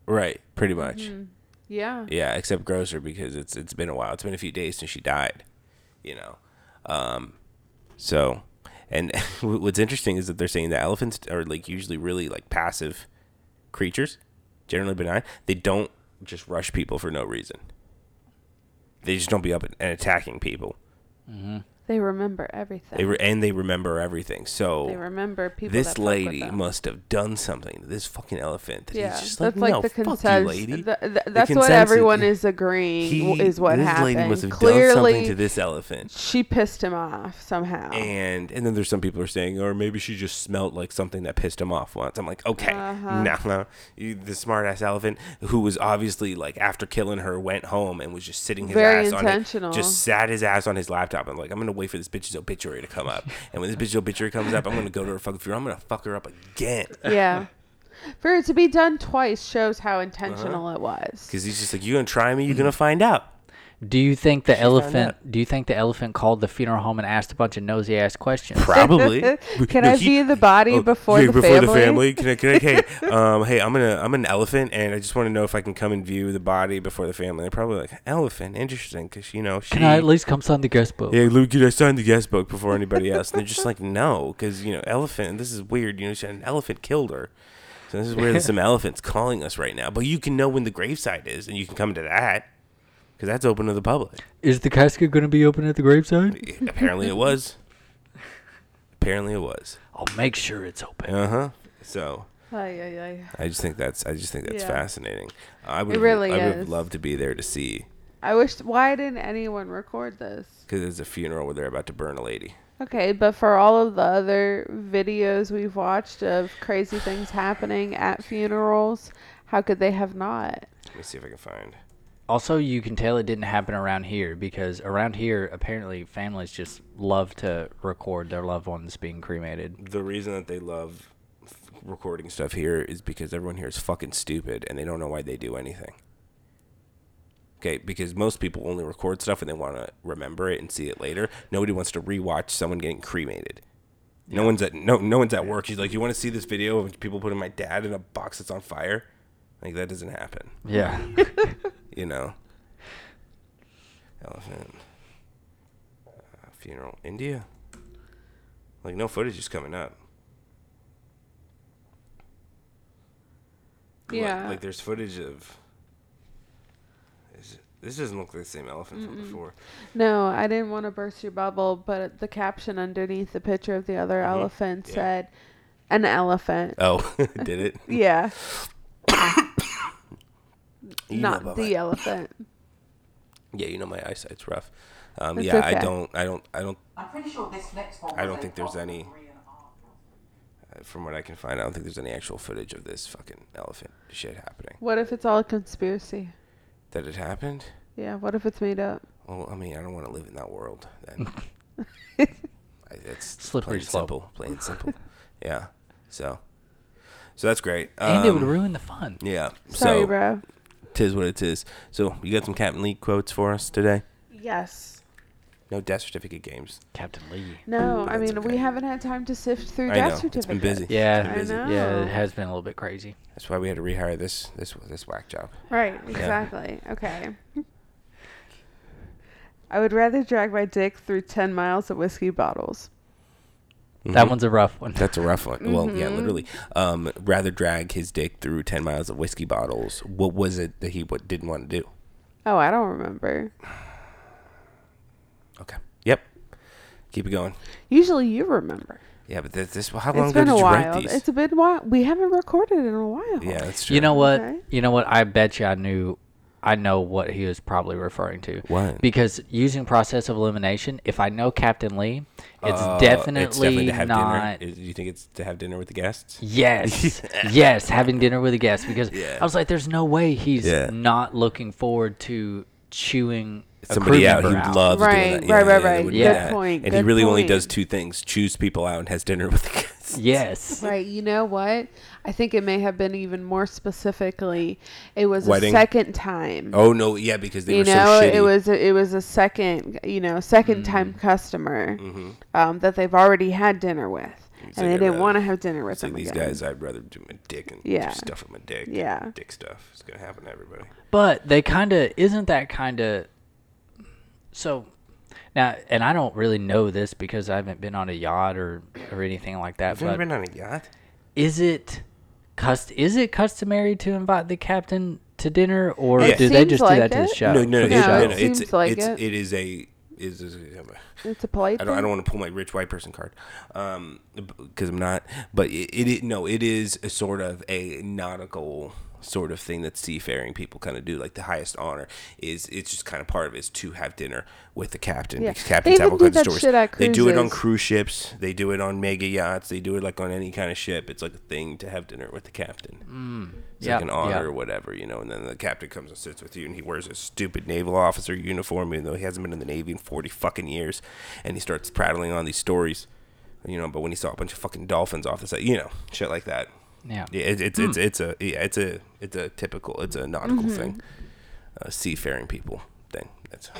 Speaker 6: right, pretty much.
Speaker 5: Mm-hmm. yeah.
Speaker 6: Yeah, except grosser because it's it's been a while. It's been a few days since she died, you know. Um, so, and what's interesting is that they're saying that elephants are like usually really like passive creatures, generally benign. They don't just rush people for no reason. They just don't be up and attacking people.
Speaker 5: They remember everything.
Speaker 6: They re- and they remember everything. So
Speaker 5: They remember people. that
Speaker 6: this
Speaker 5: fuck with
Speaker 6: lady
Speaker 5: them.
Speaker 6: must have done something to this fucking elephant. That
Speaker 5: Yeah,
Speaker 6: he's just like,
Speaker 5: that's like
Speaker 6: no,
Speaker 5: the
Speaker 6: fuck you,
Speaker 5: consensus.
Speaker 6: lady.
Speaker 5: th- th-
Speaker 6: The
Speaker 5: that's what
Speaker 6: consensus-
Speaker 5: everyone is agreeing w-
Speaker 6: He-
Speaker 5: is what
Speaker 6: this
Speaker 5: happened.
Speaker 6: lady must have done
Speaker 5: Clearly,
Speaker 6: something to this elephant.
Speaker 5: she pissed him off somehow.
Speaker 6: And and then there's some people who are saying, or maybe she just smelt like something that pissed him off once. I'm like, okay,
Speaker 5: Uh-huh.
Speaker 6: no, no, you, the smart ass elephant who was obviously like after killing her went home and was just sitting his
Speaker 5: Very
Speaker 6: ass
Speaker 5: intentional.
Speaker 6: on it, just sat his ass on his laptop. I'm like, I'm gonna wait for this bitch's obituary to come up, and when this bitch's obituary comes up, I'm gonna go to her fucking funeral. I'm gonna fuck her up again
Speaker 5: yeah, for it to be done twice shows how
Speaker 6: Uh-huh.
Speaker 5: intentional it was.
Speaker 6: because he's just like, you gonna try me, you gonna find out.
Speaker 3: Do you think the elephant? Do you think the elephant called the funeral home and asked a bunch of nosy ass questions?
Speaker 6: Probably.
Speaker 5: Can I
Speaker 6: he- Oh,
Speaker 5: be the body before the
Speaker 6: the
Speaker 5: family?
Speaker 6: family? Can I, can I, hey, um, hey, I'm gonna, I'm an elephant, and I just want to know if I can come and view the body before the family. They're probably like elephant, interesting, because you know she.
Speaker 3: Can I at least come sign the guest book?
Speaker 6: yeah, Luke, could I sign the guest book before anybody else? And they're just like, no, because you know, elephant. This is weird. You know, she, an elephant killed her. So this is where some elephants calling us right now. But you can know when the gravesite is, and you can come to that because that's open to the public.
Speaker 3: Is the casket going to be open at the graveside?
Speaker 6: Apparently, it was. Apparently, it was.
Speaker 3: I'll make sure it's open.
Speaker 6: Uh huh. So.
Speaker 5: Ay, ay, ay.
Speaker 6: I just think that's I just think that's
Speaker 5: Yeah.
Speaker 6: fascinating. I would
Speaker 5: really
Speaker 6: I
Speaker 5: is.
Speaker 6: would love to be there to see
Speaker 5: I wish. Why didn't anyone record this?
Speaker 6: because there's a funeral where they're about to burn a lady.
Speaker 5: Okay, but for all of the other videos we've watched of crazy things happening at funerals, how could they have not?
Speaker 6: Let me see if I can find.
Speaker 3: Also, you can tell it didn't happen around here because around here, apparently, families just love to record their loved ones being cremated.
Speaker 6: The reason that they love f- recording stuff here is because everyone here is fucking stupid and they don't know why they do anything. Okay, because most people only record stuff and they want to remember it and see it later. Nobody wants to rewatch someone getting cremated. No one's at no no one's at work. She's like, you want to see this video of people putting my dad in a box that's on fire? Like that doesn't happen.
Speaker 3: Yeah.
Speaker 6: you know. Elephant. Uh, funeral. India. Like, no footage is coming up. Like-
Speaker 5: Yeah.
Speaker 6: Like, there's footage of. Is it- This doesn't look like the same elephant from before.
Speaker 5: No, I didn't want to burst your bubble, but the caption underneath the picture of the other elephant
Speaker 6: Mm-hmm. Yeah.
Speaker 5: said, "An elephant."
Speaker 6: Oh, did it?
Speaker 5: yeah,
Speaker 6: You know
Speaker 5: not
Speaker 6: about
Speaker 5: the
Speaker 6: my-
Speaker 5: elephant.
Speaker 6: Yeah, you know my eyesight's rough. Um,
Speaker 5: It's
Speaker 6: yeah,
Speaker 5: okay.
Speaker 6: I don't, I don't, I don't.
Speaker 9: I'm pretty sure this next one.
Speaker 6: I
Speaker 9: was
Speaker 6: don't
Speaker 9: a
Speaker 6: think there's
Speaker 9: fucking
Speaker 6: any-
Speaker 9: three and a half.
Speaker 6: uh, From what I can find, I don't think there's any actual footage of this fucking elephant shit happening.
Speaker 5: What if it's all a conspiracy?
Speaker 6: That it happened?
Speaker 5: Yeah, what if it's made up?
Speaker 6: Well, I mean, I don't want to live in that world. Then I, it's
Speaker 3: Slippery
Speaker 6: plain
Speaker 3: slope.
Speaker 6: simple, plain simple. yeah. So, so that's great.
Speaker 3: and it would
Speaker 6: Um,
Speaker 3: ruin the fun.
Speaker 6: yeah.
Speaker 5: Sorry,
Speaker 6: so,
Speaker 5: bro.
Speaker 6: Tis what it is. So you got some Captain Lee quotes for us today?
Speaker 5: Yes.
Speaker 6: No death certificate games.
Speaker 3: Captain Lee.
Speaker 5: No, I
Speaker 6: That's
Speaker 5: mean
Speaker 6: okay.
Speaker 5: we haven't had time to sift through
Speaker 6: I
Speaker 5: death
Speaker 6: know, it's
Speaker 5: certificates.
Speaker 6: been busy.
Speaker 3: Yeah.
Speaker 5: I know.
Speaker 3: Yeah, it has been a little bit crazy.
Speaker 6: That's why we had to rehire this this this whack job.
Speaker 5: Right, exactly. Okay. I would rather drag my dick through 10 miles of whiskey bottles.
Speaker 6: Mm-hmm.
Speaker 3: That one's a rough one.
Speaker 6: That's a rough one. Well, yeah,
Speaker 3: Mm-hmm.
Speaker 6: literally. Um, rather drag his dick through ten miles of whiskey bottles. What was it that he what didn't want to do?
Speaker 5: Oh, I don't remember.
Speaker 6: Okay. Yep. Keep it going.
Speaker 5: Usually you remember.
Speaker 6: Yeah, but this, this how long
Speaker 5: It's
Speaker 6: ago
Speaker 5: been
Speaker 6: did
Speaker 5: a
Speaker 6: you write
Speaker 5: while.
Speaker 6: these?
Speaker 5: It's been a while. We haven't recorded in a while.
Speaker 6: Yeah, that's true.
Speaker 3: You know what?
Speaker 5: Okay.
Speaker 3: You know what? I bet you I knew. I know what he was probably referring to.
Speaker 6: What?
Speaker 3: Because using process of elimination, if I know Captain Lee,
Speaker 6: Oh,
Speaker 3: it's definitely, not.
Speaker 6: dinner. Is- Do you think it's to have dinner with the guests?
Speaker 3: Yes, yes, having dinner with a guest because
Speaker 6: Yeah.
Speaker 3: I was like, there's no way he's
Speaker 6: Yeah.
Speaker 3: not looking forward to chewing a
Speaker 6: Somebody
Speaker 3: crew
Speaker 6: out,
Speaker 3: member
Speaker 6: he
Speaker 3: out.
Speaker 6: loves
Speaker 5: Right,
Speaker 6: doing that.
Speaker 5: right, right,
Speaker 6: they
Speaker 5: right.
Speaker 6: would do
Speaker 3: Good
Speaker 6: that.
Speaker 5: point,
Speaker 6: And he
Speaker 5: good
Speaker 6: really only does
Speaker 5: point.
Speaker 6: two things: choose people out and has dinner with the guests.
Speaker 3: Yes,
Speaker 5: Right. You know what? I think it may have been even more specifically. It was
Speaker 6: Wedding?
Speaker 5: a second time.
Speaker 6: Oh no, yeah, because they
Speaker 5: you
Speaker 6: were so
Speaker 5: know,
Speaker 6: shitty. Mm-hmm.
Speaker 5: it was a, it was a second, you know, second time customer um, that they've already had dinner with,
Speaker 6: like,
Speaker 5: and they
Speaker 6: I'd
Speaker 5: didn't
Speaker 6: rather-
Speaker 5: want to have dinner with
Speaker 6: It's like
Speaker 5: them
Speaker 6: these
Speaker 5: again.
Speaker 6: guys, I'd rather do my dick and
Speaker 5: Yeah.
Speaker 6: do stuff with my dick.
Speaker 5: Yeah.
Speaker 6: dick stuff. It's gonna happen to everybody.
Speaker 3: but they kind of isn't that kind of. So, now, and I don't really know this because I haven't been on a yacht or or anything like that.
Speaker 6: Have you ever
Speaker 3: But
Speaker 6: been on a yacht?
Speaker 3: is it cust is it customary to invite the captain to dinner or
Speaker 5: It
Speaker 3: do they
Speaker 5: seems
Speaker 3: just do
Speaker 5: like
Speaker 3: that to the
Speaker 5: it.
Speaker 3: show?
Speaker 6: no, no,
Speaker 3: for
Speaker 6: no,
Speaker 3: the
Speaker 5: it-
Speaker 6: no,
Speaker 3: show?
Speaker 6: no, no, It's
Speaker 5: Seems like
Speaker 6: it's
Speaker 5: it.
Speaker 6: it is a is, is
Speaker 5: It's a polite
Speaker 6: I don't, I
Speaker 5: thing.
Speaker 6: don't want to pull my rich white person card, um, because I'm not. But it, it, it- no, it is a sort of a nautical sort of thing that seafaring people kind of do. Like the highest honor is it's just kind of part of it is to have dinner with the captain.
Speaker 5: Yeah.
Speaker 6: Because captains
Speaker 5: They
Speaker 6: have
Speaker 5: even
Speaker 6: all
Speaker 5: do
Speaker 6: kinds of
Speaker 5: that
Speaker 6: stories.
Speaker 5: shit at
Speaker 6: they do it on
Speaker 5: cruises.
Speaker 6: cruise ships. They do it on mega yachts. They do it like on any kind of ship. It's like a thing to have dinner with the captain. It's
Speaker 3: Mm. Yeah,
Speaker 6: like an honor
Speaker 3: yeah.
Speaker 6: or whatever, you know. And then the captain comes and sits with you, and he wears a stupid naval officer uniform, even though he hasn't been in the navy in forty fucking years. And he starts prattling on these stories, you know. But when he saw a bunch of fucking dolphins off the side, you know, shit like that.
Speaker 3: Yeah.
Speaker 6: Yeah, it, it's it's it's a yeah, it's a it's a typical it's a nautical thing, uh, seafaring people thing. That's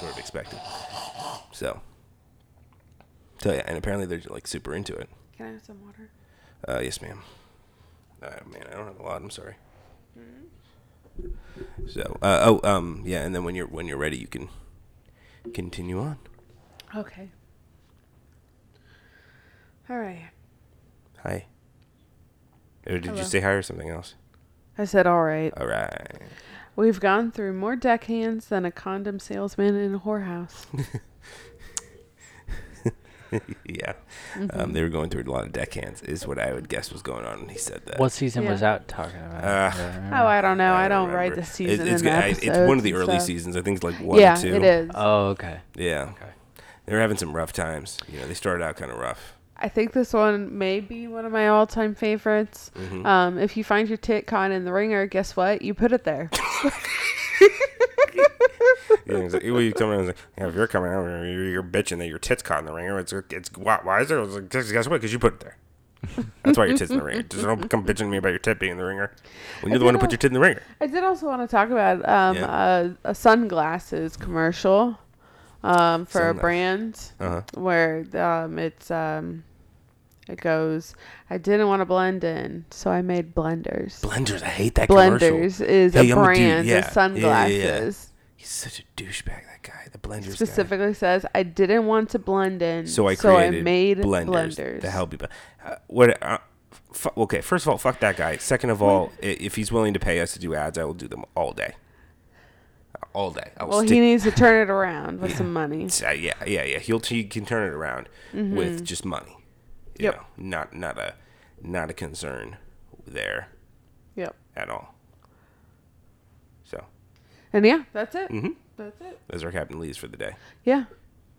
Speaker 6: sort of expected. So, so yeah, and apparently they're like super into it.
Speaker 5: Can I have some water?
Speaker 6: Uh, yes, ma'am. Uh, man, I don't have a lot. I'm sorry.
Speaker 5: Mm-hmm.
Speaker 6: So, uh, oh, um, yeah, and then when you're when you're ready, you can continue on.
Speaker 5: Okay. All right.
Speaker 6: Hi. Or did
Speaker 5: Hello.
Speaker 6: you say hi or something else?
Speaker 5: I said, all right.
Speaker 6: All right.
Speaker 5: We've gone through more deckhands than a condom salesman in a whorehouse.
Speaker 6: yeah.
Speaker 5: Mm-hmm.
Speaker 6: Um, they were going through a lot of deckhands, is what I would guess was going on when he said that.
Speaker 3: What season was
Speaker 5: Yeah.
Speaker 3: out talking about?
Speaker 6: Uh,
Speaker 3: Do I remember?
Speaker 5: oh, I don't know. I,
Speaker 6: I
Speaker 5: don't write
Speaker 6: remember.
Speaker 5: the
Speaker 6: It-
Speaker 5: season.
Speaker 6: it's,
Speaker 5: and the
Speaker 6: I- it's one of the
Speaker 5: episodes and
Speaker 6: early
Speaker 5: stuff.
Speaker 6: seasons. I think it's like one Uh,
Speaker 5: yeah,
Speaker 6: or two.
Speaker 5: it is.
Speaker 3: oh, okay.
Speaker 6: Yeah.
Speaker 3: Okay.
Speaker 6: They were having some rough times. You know, they started out kind of rough.
Speaker 5: I think this one may be one of my all time favorites.
Speaker 6: Mm-hmm.
Speaker 5: Um, if you find your TitCon in the ringer, guess what? You put it there.
Speaker 6: Yeah, he's like, well, you come in, he's like, yeah, if you're coming out, you're, you're bitching that your tits caught in the ringer. It's it's why, why is there? I was like, "Guess- guess what? Because you put it there. That's why your tits in the ringer. Just don't come bitching to me about your tit being in the ringer when you're the one who put your tit in the ringer.
Speaker 5: I did also want to talk about um,
Speaker 6: Yeah.
Speaker 5: a, a sunglasses commercial um, for a
Speaker 6: Sunglass.
Speaker 5: brand
Speaker 6: Uh-huh.
Speaker 5: where um, it's um, it goes. I didn't want to blend in, so I made blenders.
Speaker 6: Blenders, I hate that
Speaker 5: blenders is
Speaker 6: Hey, I'm
Speaker 5: a
Speaker 6: a dude,
Speaker 5: brand
Speaker 6: yeah, yeah, yeah,
Speaker 5: of
Speaker 6: yeah.
Speaker 5: sunglasses.
Speaker 6: He's such a douchebag. That guy, the blenders guy.
Speaker 5: Specifically says, I didn't want to blend in,
Speaker 6: So I
Speaker 5: so I
Speaker 6: created
Speaker 5: made
Speaker 6: blenders,
Speaker 5: blenders.
Speaker 6: to help you. But uh, what? Uh, f- okay, first of all, fuck that guy. Second of all, i- if he's willing to pay us to do ads, I will do them all day. All day. I will
Speaker 5: Well, he
Speaker 6: stick-
Speaker 5: needs to turn it around with some money.
Speaker 6: Uh, yeah, yeah, yeah. He'll he can turn it around with just money. You
Speaker 5: Mm-hmm. Yep.
Speaker 6: know, not not a not a concern there
Speaker 5: Yep.
Speaker 6: at all. So
Speaker 5: And yeah, that's it.
Speaker 6: Mm-hmm.
Speaker 5: That's it.
Speaker 6: those are Captain Lee's for the day.
Speaker 5: Yeah.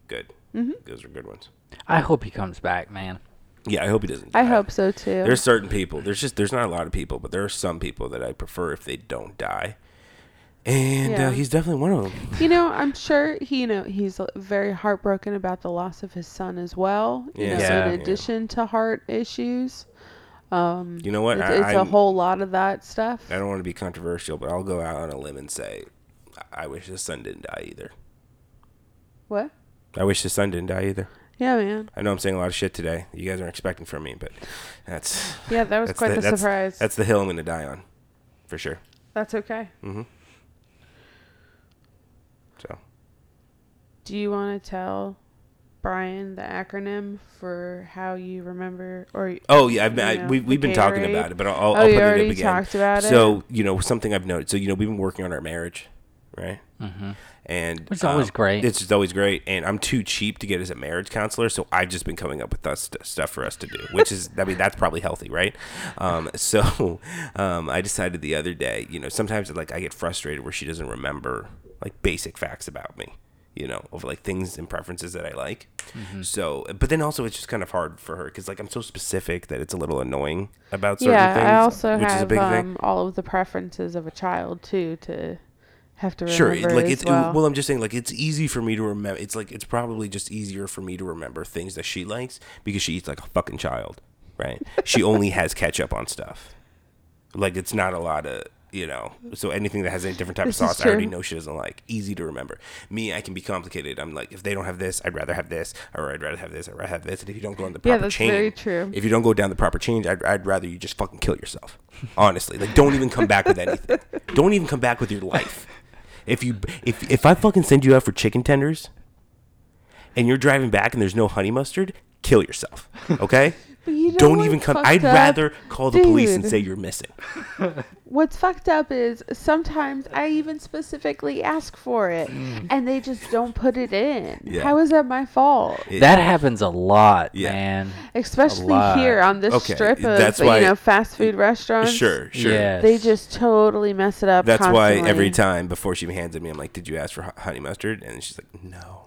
Speaker 6: Good.
Speaker 5: Mm-hmm.
Speaker 6: Those are good ones.
Speaker 3: I hope he comes back, man.
Speaker 6: Yeah, I hope he doesn't.
Speaker 5: I
Speaker 6: die.
Speaker 5: hope so too.
Speaker 6: Uh, There's certain people. There's just there's not a lot of people, but there are some people that I prefer if they don't die. And
Speaker 5: Yeah.
Speaker 6: uh, he's definitely one of them.
Speaker 5: you know, I'm sure he, you know, he's uh, very heartbroken about the loss of his son as well. You know, so
Speaker 6: Yeah. Yeah.
Speaker 5: in addition to heart issues, Um,
Speaker 6: You know what?
Speaker 5: it's,
Speaker 6: I,
Speaker 5: it's a
Speaker 6: I'm-
Speaker 5: whole lot of that stuff.
Speaker 6: I don't want to be controversial, but I'll go out on a limb and say, I- I wish his son didn't die either.
Speaker 5: What?
Speaker 6: I wish his son didn't die either.
Speaker 5: Yeah, man.
Speaker 6: I know I'm saying a lot of shit today. You guys aren't expecting from me, but that's
Speaker 5: Yeah, that was
Speaker 6: that's
Speaker 5: quite
Speaker 6: the,
Speaker 5: the,
Speaker 6: that's,
Speaker 5: surprise. That's,
Speaker 6: That's the hill I'm going to die on, for sure.
Speaker 5: okay.
Speaker 6: So
Speaker 5: Do you want to tell Brian the acronym for how you remember or
Speaker 6: Oh yeah, I've been,
Speaker 5: You know,
Speaker 6: I, we, we've
Speaker 5: the
Speaker 6: been talking
Speaker 5: Gatorade.
Speaker 6: about it, but I'll, I'll,
Speaker 5: Oh,
Speaker 6: I'll
Speaker 5: you
Speaker 6: put it
Speaker 5: already
Speaker 6: up again.
Speaker 5: talked about it?
Speaker 6: So you know something I've noticed. So you know we've been working on our marage, right? Mm-hmm. And um,
Speaker 3: Which is always great.
Speaker 6: It's just always great. And I'm too cheap to get as a marriage counselor, so I've just been coming up with us st- stuff for us to do, which is I mean that's probably healthy, right? Um, so um, I decided the other day, you know, sometimes like I get frustrated where she doesn't remember like basic facts about me. You know, over like things and preferences that I like.
Speaker 3: Mm-hmm.
Speaker 6: So, but then also it's just kind of hard for her because like I'm so specific that it's a little annoying about certain
Speaker 5: yeah,
Speaker 6: things,
Speaker 5: I also
Speaker 6: which
Speaker 5: have
Speaker 6: is a big thing.
Speaker 5: um, all of the preferences of a child too to have to
Speaker 6: Sure,
Speaker 5: remember.
Speaker 6: it, like
Speaker 5: as
Speaker 6: it's it-
Speaker 5: well.
Speaker 6: well. I'm just saying, like it's easy for me to remember. It's like it's probably just easier for me to remember things that she likes because she eats like a fucking child, right? she only has ketchup on stuff. Like it's not a lot of you know. So anything that has any different type
Speaker 5: This is
Speaker 6: of sauce, I already
Speaker 5: true.
Speaker 6: know she doesn't like. Easy to remember. Me, I can be complicated. I'm like, if they don't have this, I'd rather have this, or I'd rather have this, I'd rather have this. And if you don't go on the
Speaker 5: Yeah,
Speaker 6: proper
Speaker 5: that's
Speaker 6: chain,
Speaker 5: very true.
Speaker 6: if you don't go down the proper change, I'd, I'd rather you just fucking kill yourself. Honestly, like don't even come back with anything. Don't even come back with your life. If you if if I fucking send you out for chicken tenders, and you're driving back and there's no honey mustard, kill yourself. Okay.
Speaker 5: But you know
Speaker 6: Don't
Speaker 5: what's
Speaker 6: even come.
Speaker 5: fucked
Speaker 6: I'd
Speaker 5: up?
Speaker 6: rather call the police and
Speaker 5: Dude.
Speaker 6: say you're missing.
Speaker 5: What's fucked up is sometimes I even specifically ask for it and they just don't put it in.
Speaker 6: Mm. Yeah.
Speaker 5: How is that my fault?
Speaker 3: That happens a lot,
Speaker 6: Yeah.
Speaker 3: man.
Speaker 5: Especially
Speaker 3: lot.
Speaker 5: here on this
Speaker 6: Okay,
Speaker 5: strip of
Speaker 6: that's
Speaker 5: you
Speaker 6: why-
Speaker 5: know fast food restaurants.
Speaker 6: Sure, sure.
Speaker 3: Yes.
Speaker 5: They just totally mess it up.
Speaker 6: That's why
Speaker 5: constantly.
Speaker 6: every time before she hands it me, I'm like, "Did you ask for ho- honey mustard?" And she's like, "No."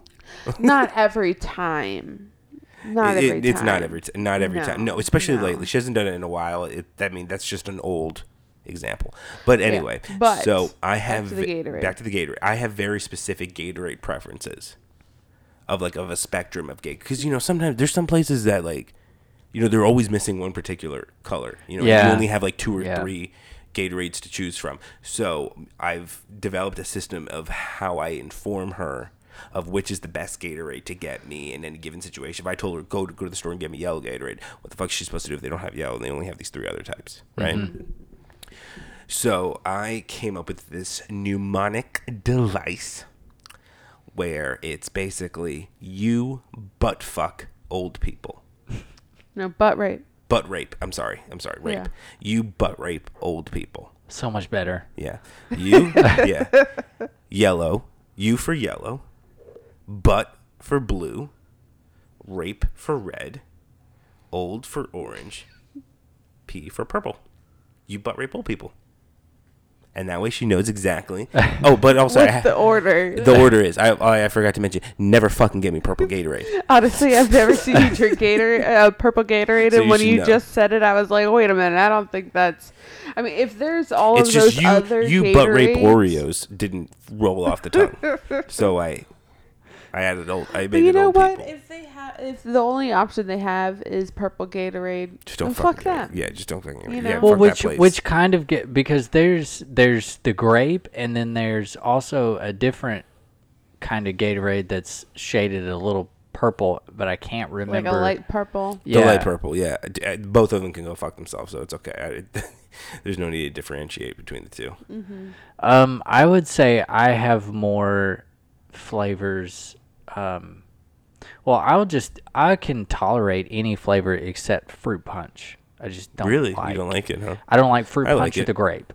Speaker 5: Not every time. Not
Speaker 6: It-
Speaker 5: every
Speaker 6: it-
Speaker 5: time.
Speaker 6: It's not every time. Not every
Speaker 5: No,
Speaker 6: time. No, especially
Speaker 5: no.
Speaker 6: lately. She hasn't done it in a while. It, I mean, that's just an old example. But anyway,
Speaker 5: but
Speaker 6: so I
Speaker 5: back
Speaker 6: have
Speaker 5: to the Gatorade.
Speaker 6: back to the Gatorade. I have very specific Gatorade preferences of like of a spectrum of Gatorade because you know sometimes there's some places that like you know they're always missing one particular color. You know,
Speaker 3: Yeah.
Speaker 6: you only have like two or
Speaker 3: Yeah.
Speaker 6: three. Gatorades to choose from. So I've developed a system of how I inform her of which is the best Gatorade to get me in any given situation. If I told her go to go to the store and get me yellow Gatorade, what the fuck is she supposed to do if they don't have yellow and they only have these three other types, right? So I came up with this mnemonic device where it's basically you butt fuck old people
Speaker 5: No, butt rape.
Speaker 6: butt rape. I'm sorry. I'm sorry. Rape.
Speaker 5: Yeah.
Speaker 6: You butt rape old people.
Speaker 3: So much better.
Speaker 6: Yeah. You, yeah. Yellow. U for yellow. Butt for blue. Rape for red. Old for orange. P for purple. You butt rape old people. And that way she knows exactly. Oh, but also I
Speaker 5: What's
Speaker 6: ha-
Speaker 5: the
Speaker 6: the,
Speaker 5: order?
Speaker 6: order is I, I I forgot to mention never fucking get me purple Gatorade.
Speaker 5: Honestly, I've never seen you drink Gatorade, uh, purple Gatorade,
Speaker 6: So
Speaker 5: and
Speaker 6: you
Speaker 5: when
Speaker 6: should
Speaker 5: you
Speaker 6: know.
Speaker 5: just said it, I was like, "Wait a minute, I don't think that's." I mean, if there's all
Speaker 6: it's
Speaker 5: of
Speaker 6: just
Speaker 5: those
Speaker 6: you
Speaker 5: other
Speaker 6: you
Speaker 5: Gatorades,
Speaker 6: butt rape Oreos didn't roll off the tongue, so I I added old I made
Speaker 5: But you
Speaker 6: it
Speaker 5: know
Speaker 6: old
Speaker 5: what?
Speaker 6: people.
Speaker 5: If they have, if the only option they have is purple Gatorade,
Speaker 6: Just don't
Speaker 5: then fuck
Speaker 6: fucking get it.
Speaker 5: that.
Speaker 6: Yeah, just don't fucking
Speaker 5: You
Speaker 6: yeah.
Speaker 5: know? Well,
Speaker 6: fuck
Speaker 3: well, which
Speaker 6: that place.
Speaker 3: which kind of get because there's there's the grape and then there's also a different kind of Gatorade that's shaded a little purple, but I can't
Speaker 5: like
Speaker 3: remember.
Speaker 5: a light purple.
Speaker 6: the
Speaker 3: yeah.
Speaker 6: light purple? Yeah, D- uh, both of them can go fuck themselves, so it's okay. I, there's no need to differentiate between the two.
Speaker 3: Um, I would say I have more flavors. Um, well, I'll just I can tolerate any flavor except fruit punch. I just don't
Speaker 6: really,
Speaker 3: Like,
Speaker 6: you don't like it, huh?
Speaker 3: I don't like fruit
Speaker 6: I like
Speaker 3: punch with
Speaker 6: it.
Speaker 3: the grape.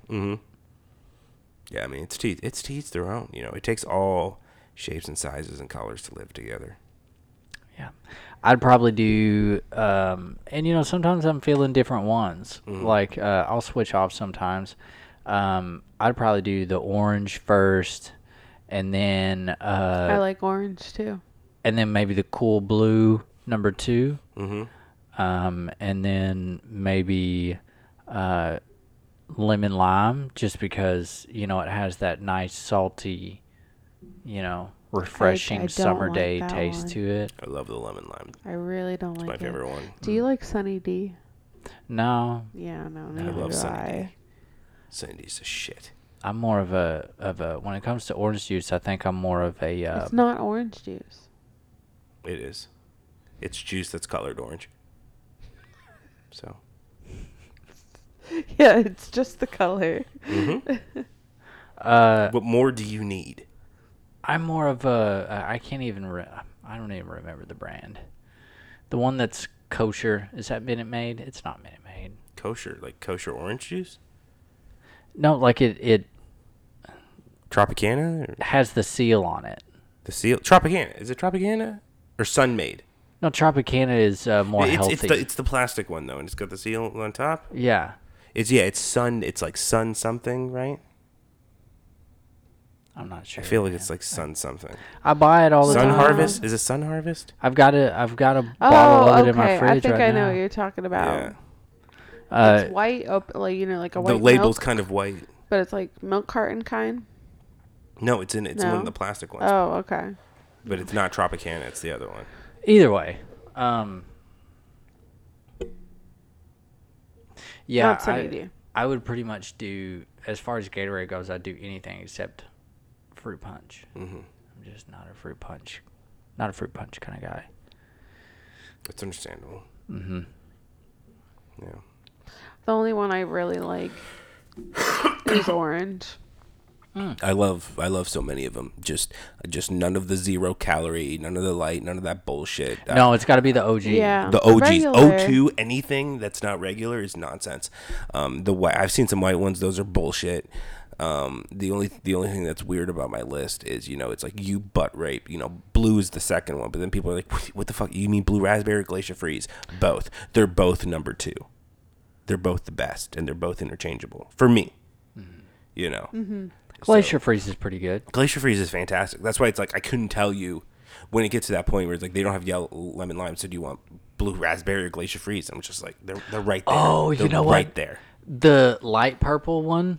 Speaker 6: Yeah, I mean it's teeth. It's teeth their own. You know, it takes all shapes and sizes and colors to live together.
Speaker 3: Yeah. I'd probably do, um, and you know, sometimes I'm feeling different ones.
Speaker 6: Mm-hmm.
Speaker 3: Like, uh, I'll switch off sometimes. Um, I'd probably do the orange first, and then, uh,
Speaker 5: I like orange too.
Speaker 3: and then maybe the cool blue number 2 Mm-hmm. Um, and then maybe, uh, lemon lime, just because, you know, it has that nice salty, you know, refreshing
Speaker 5: don't
Speaker 3: summer
Speaker 5: like
Speaker 3: day
Speaker 5: that
Speaker 3: taste
Speaker 5: one.
Speaker 3: to it.
Speaker 6: I love the lemon lime.
Speaker 5: I really don't like
Speaker 6: My
Speaker 5: it.
Speaker 6: favorite one.
Speaker 5: Do you like Sunny D?
Speaker 3: No,
Speaker 5: Yeah, no,
Speaker 6: I
Speaker 5: neither
Speaker 6: love
Speaker 5: do
Speaker 6: Sunny
Speaker 5: I.
Speaker 6: D. Sunny's a shit.
Speaker 3: I'm more of a of a when it comes to orange juice. I think I'm more of a uh,
Speaker 5: It's not orange juice.
Speaker 6: It is. It's juice that's colored orange. So
Speaker 5: Yeah, it's just the color.
Speaker 6: What more do you need?
Speaker 3: uh, I'm more of a uh, I can't even re- I don't even remember the brand. The one that's kosher is that Minute Maid? It's not Minute Maid.
Speaker 6: Kosher, like kosher orange juice?
Speaker 3: No, like it it
Speaker 6: Tropicana? Or
Speaker 3: has the seal on it.
Speaker 6: the seal? Tropicana. Is it Tropicana? Or Sunmade?
Speaker 3: No, Tropicana is uh, more
Speaker 6: It's,
Speaker 3: healthy.
Speaker 6: it's, the, it's the plastic one, though, and it's got the seal on top.
Speaker 3: yeah,
Speaker 6: It's, yeah, it's sun. It's like sun something, right?
Speaker 3: I'm not sure.
Speaker 6: I feel like it's like sun something.
Speaker 3: I buy it all the
Speaker 6: Sun
Speaker 3: time.
Speaker 6: harvest? Is it sun harvest?
Speaker 3: I've got a I've got a bottle
Speaker 5: Oh,
Speaker 3: of it
Speaker 5: okay.
Speaker 3: in my fridge
Speaker 5: I think
Speaker 3: right
Speaker 5: I know
Speaker 3: now.
Speaker 5: what you're talking about.
Speaker 6: Yeah.
Speaker 3: Uh,
Speaker 5: It's white, op- like you know, like a white
Speaker 6: The label's
Speaker 5: milk,
Speaker 6: kind of white.
Speaker 5: but it's like milk carton kind.
Speaker 6: No, it's in it's one
Speaker 5: No.
Speaker 6: of the plastic ones,
Speaker 5: Oh, okay.
Speaker 6: but it's not Tropicana. It's the other one.
Speaker 3: either way um yeah
Speaker 5: Not Sunny
Speaker 3: I,
Speaker 5: D.
Speaker 3: I would pretty much do as far as gatorade goes i'd do anything except fruit punch mm-hmm. i'm just not a fruit punch not a fruit punch kind of guy
Speaker 6: It's understandable. Mm-hmm. Yeah.
Speaker 5: The only one I really like is orange.
Speaker 6: I love I love so many of them. Just just none of the zero calorie, none of the light, none of that bullshit. I-
Speaker 3: No, it's got to be the OG.
Speaker 5: Yeah.
Speaker 6: the OGs,
Speaker 5: regular.
Speaker 6: O2, anything that's not regular is nonsense. Um, the white, I've seen some white ones; those are bullshit. Um, the only the only thing that's weird about my list is you know it's like you butt rape. You know, blue is the second one, but then people are like, "What- "What the fuck? You mean blue raspberry glacier freeze?" Both. They're both number two. They're both the best, and they're both interchangeable for me. You know,
Speaker 3: Glacier Freeze is pretty good.
Speaker 6: glacier freeze is fantastic. That's why it's like I couldn't tell you when it gets to that point where it's like they don't have yellow lemon lime. So do you want blue raspberry or glacier freeze? I'm just like they're they're right there.
Speaker 3: Oh, you
Speaker 6: They're
Speaker 3: know what?
Speaker 6: right there.
Speaker 3: The light purple one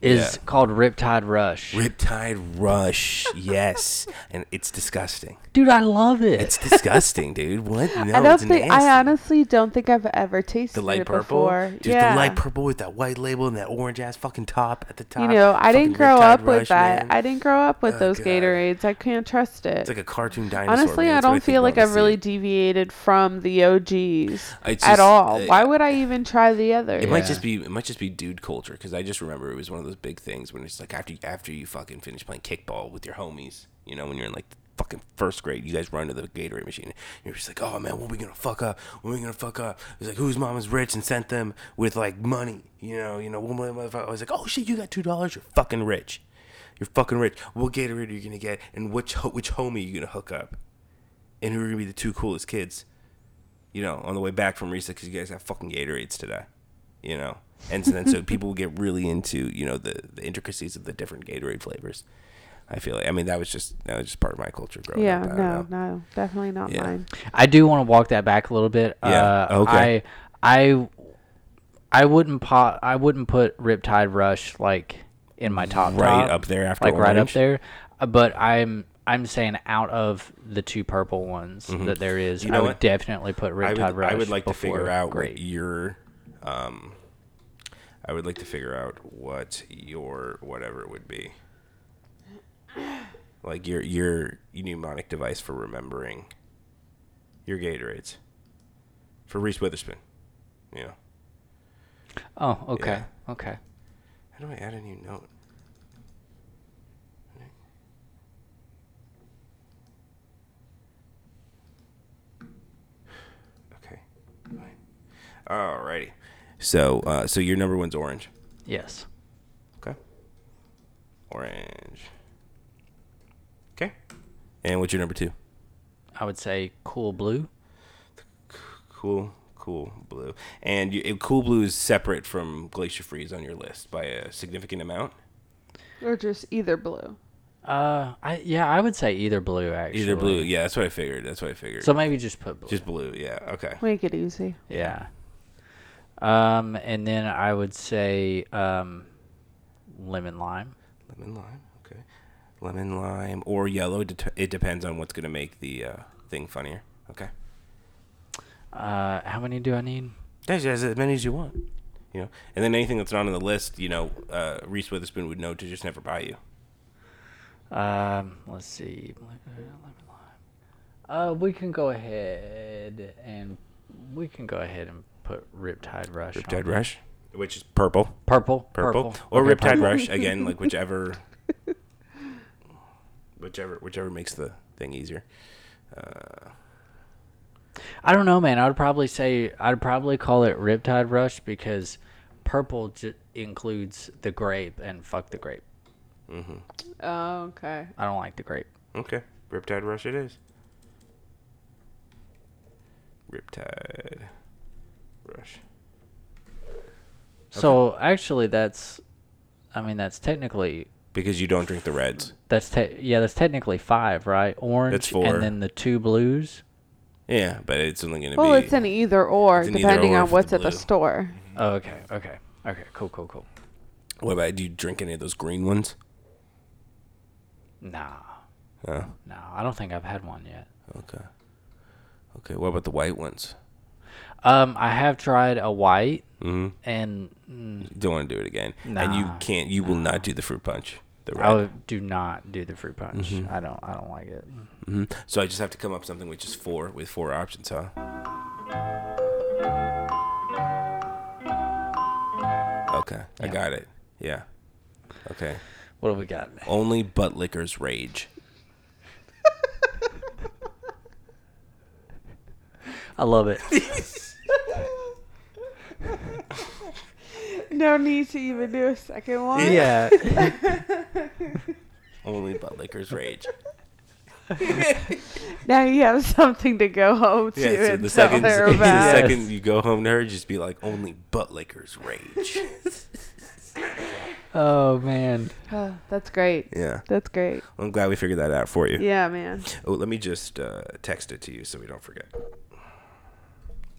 Speaker 3: is
Speaker 6: Yeah.
Speaker 3: called Riptide Rush.
Speaker 6: Riptide rush, yes, and it's disgusting.
Speaker 3: Dude, I love it.
Speaker 6: It's disgusting, dude. What? No,
Speaker 5: I don't
Speaker 6: it's
Speaker 5: think.
Speaker 6: nasty.
Speaker 5: I honestly don't think I've ever tasted
Speaker 6: the light
Speaker 5: it
Speaker 6: purple,
Speaker 5: before.
Speaker 6: dude.
Speaker 5: yeah.
Speaker 6: The light purple with that white label and that orange ass fucking top at the top.
Speaker 5: You know, I
Speaker 6: Fucking
Speaker 5: didn't grow
Speaker 6: Riptide
Speaker 5: up with
Speaker 6: Rush,
Speaker 5: that.
Speaker 6: man.
Speaker 5: I didn't grow up with
Speaker 6: Oh,
Speaker 5: those
Speaker 6: God.
Speaker 5: Gatorades. I can't trust it.
Speaker 6: It's like a cartoon dinosaur.
Speaker 5: Honestly,
Speaker 6: man.
Speaker 5: I
Speaker 6: That's what
Speaker 5: don't
Speaker 6: think
Speaker 5: feel
Speaker 6: when
Speaker 5: like
Speaker 6: I
Speaker 5: I've
Speaker 6: see
Speaker 5: really
Speaker 6: it.
Speaker 5: deviated from the OGs
Speaker 6: It's
Speaker 5: at
Speaker 6: just-
Speaker 5: all.
Speaker 6: uh,
Speaker 5: Why would I even try the others?
Speaker 6: It might
Speaker 3: Yeah.
Speaker 6: just be it might just be dude culture because I just remember it was one of those big things when it's like after after you fucking finish playing kickball with your homies, you know, when you're in like fucking first grade, you guys run to the Gatorade machine. And you're just like, oh man, what we gonna fuck up? What we gonna fuck up? It's like whose mom is rich and sent them with like money, you know, you know. One motherfucker was like, oh shit, you got two dollars, you're fucking rich, you're fucking rich. What Gatorade are you gonna get? And which ho- which homie are you gonna hook up? And who are gonna be the two coolest kids? You know, on the way back from Risa because you guys have fucking Gatorades today you know and so then so people get really into you know the, the intricacies of the different gatorade flavors i feel like i mean that was just that was just part of my culture growing
Speaker 5: yeah,
Speaker 6: up I don't
Speaker 5: no,
Speaker 6: know.
Speaker 5: no, definitely not
Speaker 6: Yeah.
Speaker 5: mine.
Speaker 3: I do want to walk that back a little bit.
Speaker 6: Yeah,
Speaker 3: Uh,
Speaker 6: okay.
Speaker 3: I, I, I wouldn't po- I wouldn't put Riptide Rush like in my top
Speaker 6: Right
Speaker 3: top,
Speaker 6: up there after
Speaker 3: like right up
Speaker 6: Orange?
Speaker 3: there. Uh, But I'm I'm saying out of the two purple ones that there is,
Speaker 6: Mm-hmm. You
Speaker 3: I
Speaker 6: know
Speaker 3: would
Speaker 6: what?
Speaker 3: definitely put
Speaker 6: I,
Speaker 3: Riptide
Speaker 6: would,
Speaker 3: Rush.
Speaker 6: I would like to figure
Speaker 3: before
Speaker 6: out
Speaker 3: Grape.
Speaker 6: what your um i would like to figure out what your whatever it would be like your your mnemonic device for remembering your gatorades for reese witherspoon you know
Speaker 3: Oh, okay,
Speaker 6: Yeah.
Speaker 3: okay.
Speaker 6: How do I add a new note? Okay. Fine. Alrighty. So, uh, so your number one's orange.
Speaker 3: Yes.
Speaker 6: Okay. Orange. Okay. And what's your number two?
Speaker 3: I would say cool blue.
Speaker 6: Cool, cool blue. And you, cool blue is separate from glacier freeze on your list by a significant amount.
Speaker 5: Or just either blue.
Speaker 3: Uh, I yeah, I would say either blue actually.
Speaker 6: Either blue. Yeah, that's what I figured. That's what I figured.
Speaker 3: So maybe just put blue.
Speaker 6: Just blue. Yeah. Okay.
Speaker 5: Make it easy.
Speaker 3: Yeah. Um, and then I would say um, lemon lime.
Speaker 6: Lemon lime, okay. Lemon lime or yellow. Det- it depends on what's gonna make the uh, thing funnier. Okay.
Speaker 3: Uh, how many do I need?
Speaker 6: There's as as many as you want. You know, and then anything that's not on the list, you know, uh, Reese Witherspoon would know to just never buy you.
Speaker 3: Um, let's see. Lemon lime. Uh, we can go ahead and we can go ahead and put Riptide Rush. on
Speaker 6: Riptide
Speaker 3: there.
Speaker 6: Rush, which is purple,
Speaker 3: Purple.
Speaker 6: purple,
Speaker 3: Purple.
Speaker 6: or
Speaker 3: Okay,
Speaker 6: Riptide
Speaker 3: purple.
Speaker 6: Rush again, like whichever, whichever, whichever makes the thing easier.
Speaker 3: I don't know, man. I'd probably say I'd probably call it Riptide Rush because purple j- includes the grape and fuck the grape.
Speaker 5: Oh, okay.
Speaker 3: I don't like the grape.
Speaker 6: Okay, Riptide Rush it is. Riptide Rush.
Speaker 3: So actually, that's, I mean, that's technically
Speaker 6: Because you don't drink the reds.
Speaker 3: That's te- yeah. That's technically five, right? Orange
Speaker 6: four.
Speaker 3: and then the two blues.
Speaker 6: Yeah, but it's only going to
Speaker 5: Well,
Speaker 6: be.
Speaker 5: it's an either or,
Speaker 6: It's an either
Speaker 5: depending
Speaker 6: or
Speaker 5: on
Speaker 6: for the
Speaker 5: what's at the
Speaker 6: blue.
Speaker 5: store.
Speaker 3: Oh, okay, okay, okay. Cool, cool, cool.
Speaker 6: What about do you drink any of those green ones?
Speaker 3: Nah,
Speaker 6: Oh,
Speaker 3: no, I don't think I've had one yet.
Speaker 6: okay. Okay, what about the white ones?
Speaker 3: Um, I have tried a white, and mm,
Speaker 6: You don't want to do it again. And you
Speaker 3: Nah,
Speaker 6: can't. You will not do the fruit punch. The red.
Speaker 3: I would- do not do the fruit punch. I don't, I don't like it.
Speaker 6: So I just have to come up with something with just four with four options, huh? Okay, I got it. Yeah. Okay.
Speaker 3: What have we got?
Speaker 6: Only butt lickers rage.
Speaker 3: I love it.
Speaker 5: No need to even do a second one.
Speaker 3: yeah.
Speaker 6: Only butt lickers rage.
Speaker 5: Now you have something to go home to
Speaker 6: Yeah, so
Speaker 5: and
Speaker 6: the
Speaker 5: tell
Speaker 6: second,
Speaker 5: her
Speaker 6: the
Speaker 5: about.
Speaker 6: second you go home to her, just be like, only butt lickers rage.
Speaker 3: Oh man.
Speaker 5: Oh, that's great.
Speaker 6: yeah.
Speaker 5: That's great.
Speaker 6: I'm glad we figured that out for you.
Speaker 5: Yeah, man.
Speaker 6: Oh, let me just uh, text it to you so we don't forget.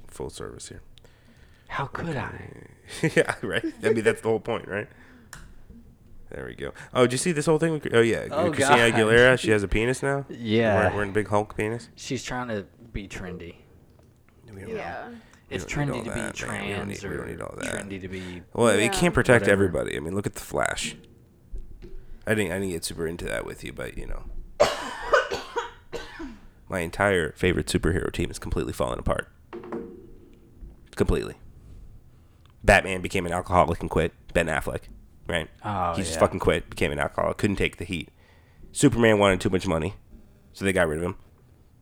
Speaker 6: Full service here.
Speaker 3: How could I?
Speaker 6: yeah, right. I mean, that's the whole point, right? There we go. Oh, did you see this whole thing? with- Oh yeah,
Speaker 3: Oh,
Speaker 6: Christina
Speaker 3: God.
Speaker 6: Aguilera. She has a penis now.
Speaker 3: Yeah.
Speaker 6: we're, we're in big Hulk penis.
Speaker 3: She's trying to be trendy.
Speaker 6: We don't-
Speaker 5: Yeah.
Speaker 3: It's
Speaker 6: don't need all
Speaker 3: trendy to be
Speaker 6: that, man. We don't
Speaker 3: trans
Speaker 6: need- we
Speaker 3: or
Speaker 6: don't need all that.
Speaker 3: trendy to be
Speaker 6: Well,
Speaker 5: Yeah.
Speaker 6: it can't protect
Speaker 3: Whatever.
Speaker 6: everybody. I mean, look at the Flash. I didn't. I didn't get super into that with you, but you know, my entire favorite superhero team is completely falling apart. Completely. Batman became an alcoholic and quit. Ben Affleck, right?
Speaker 3: Oh,
Speaker 6: he just
Speaker 3: yeah.
Speaker 6: fucking quit. Became an alcoholic. Couldn't take the heat. Superman wanted too much money, so they got rid of him.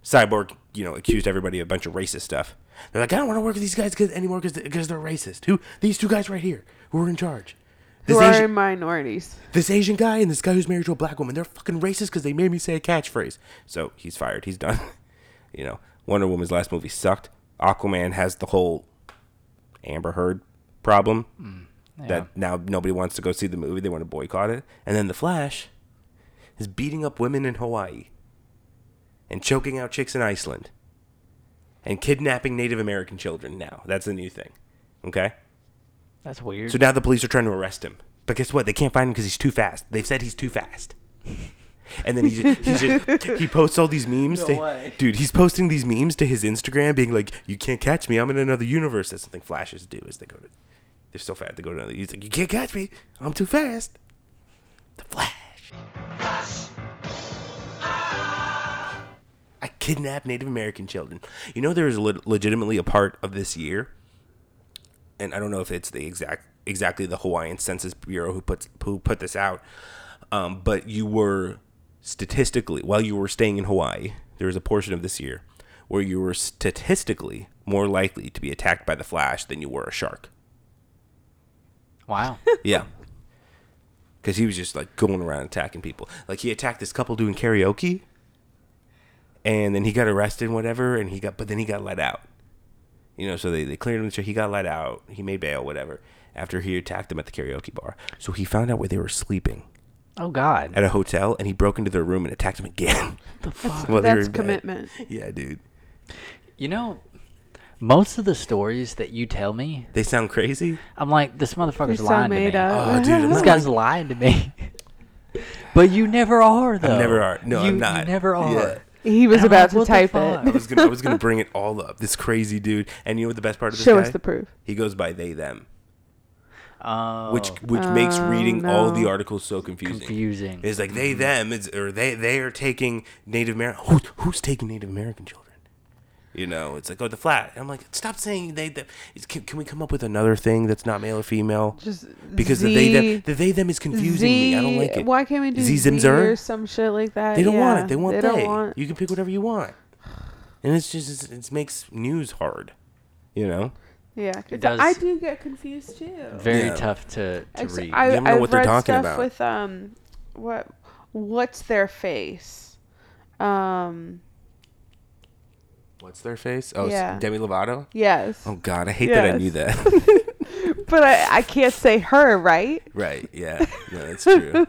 Speaker 6: Cyborg, you know, accused everybody of a bunch of racist stuff. They're like, I don't want to work with these guys 'cause- anymore because they're racist. Who these two guys right here who are in charge? This
Speaker 5: Who are
Speaker 6: Asian,
Speaker 5: minorities?
Speaker 6: this Asian guy and this guy who's married to a black woman, they're fucking racist because they made me say a catchphrase. So he's fired. He's done. you know, Wonder Woman's last movie sucked. Aquaman has the whole Amber Heard problem that now nobody wants to go see the movie. They want to boycott it. And then The Flash is beating up women in Hawaii and choking out chicks in Iceland and kidnapping Native American children now. That's the new thing. Okay?
Speaker 3: That's weird.
Speaker 6: So now the police are trying to arrest him. But guess what? They can't find him because he's too fast. They've said he's too fast. And then he just, he, just, he posts all these memes.
Speaker 3: No
Speaker 6: to,
Speaker 3: way.
Speaker 6: Dude, he's posting these memes to his Instagram, being like, "You can't catch me. I'm in another universe." That's something flashes do. Is they go to, they're so fat. They go to another. He's like, "You can't catch me. I'm too fast." The Flash. I kidnapped Native American children. You know, there is le- legitimately a part of this year and I don't know if it's the exact exactly the Hawaiian Census Bureau who puts who put this out, um, but you were statistically while you were staying in Hawaii, there was a portion of this year where you were statistically more likely to be attacked by the flash than you were a shark.
Speaker 3: wow.
Speaker 6: Yeah. Because he was just like going around attacking people. Like he attacked this couple doing karaoke, and then he got arrested and whatever, and he got but then he got let out. You know, so they, they cleared him. So he got let out. He made bail, whatever. After he attacked them at the karaoke bar, so he found out where they were sleeping
Speaker 3: Oh God.
Speaker 6: at a hotel, and he broke into their room and attacked them again. The fuck?
Speaker 5: That's commitment.
Speaker 6: Yeah, dude.
Speaker 3: You know, most of the stories that you tell me,
Speaker 6: They sound crazy.
Speaker 3: I'm like, this
Speaker 5: You're
Speaker 3: motherfucker's
Speaker 5: so
Speaker 3: lying
Speaker 5: made
Speaker 3: to me.
Speaker 5: up.
Speaker 6: Oh, dude, I'm
Speaker 3: This
Speaker 6: not-
Speaker 3: guy's lying to me. but you never are though.
Speaker 6: never are. No,
Speaker 3: you,
Speaker 6: I'm not.
Speaker 3: You never are.
Speaker 6: Yeah.
Speaker 5: He was
Speaker 3: And I'm
Speaker 5: about
Speaker 3: like, what
Speaker 5: to
Speaker 3: the
Speaker 5: type
Speaker 3: fuck?
Speaker 6: I
Speaker 5: it.
Speaker 6: was gonna I was gonna bring it all up. This crazy dude. And you know what the best part of this
Speaker 5: Show
Speaker 6: guy?
Speaker 5: us the proof.
Speaker 6: He goes by they them.
Speaker 3: Oh,
Speaker 6: which which makes reading all the
Speaker 5: no.
Speaker 6: articles so confusing.
Speaker 3: confusing.
Speaker 6: It's like they them it's, or they they are taking Native American. Who, who's taking Native American children? You know, it's like oh the flat. I'm like stop saying they them. It's, can, can we come up with another thing that's not male or female?
Speaker 5: Just
Speaker 6: because the they them the they them is confusing me. I don't
Speaker 5: Z-
Speaker 6: like it.
Speaker 5: Why can't we do
Speaker 6: Z
Speaker 5: Z,
Speaker 6: zim zer?
Speaker 5: or some shit like that?
Speaker 6: They don't want
Speaker 5: Yeah,
Speaker 6: it. They want they.
Speaker 5: they don't want.
Speaker 6: You can pick whatever you want, and it's just it's, it makes news hard. You know.
Speaker 5: Yeah, 'cause
Speaker 3: does-
Speaker 5: I do get confused too.
Speaker 3: Very
Speaker 6: Yeah.
Speaker 3: tough to, to
Speaker 5: Actually,
Speaker 3: read.
Speaker 5: I,
Speaker 6: You
Speaker 5: have
Speaker 6: never know
Speaker 5: I've
Speaker 6: what they're
Speaker 5: read
Speaker 6: talking
Speaker 5: stuff
Speaker 6: about.
Speaker 5: with um, what what's their face? Um,
Speaker 6: What's their face? Oh,
Speaker 5: Yeah.
Speaker 6: Demi Lovato.
Speaker 5: yes,
Speaker 6: Oh God, I hate that I
Speaker 5: Yes.
Speaker 6: knew that.
Speaker 5: but I, I can't say her right,
Speaker 6: Right. Yeah. No, that's true.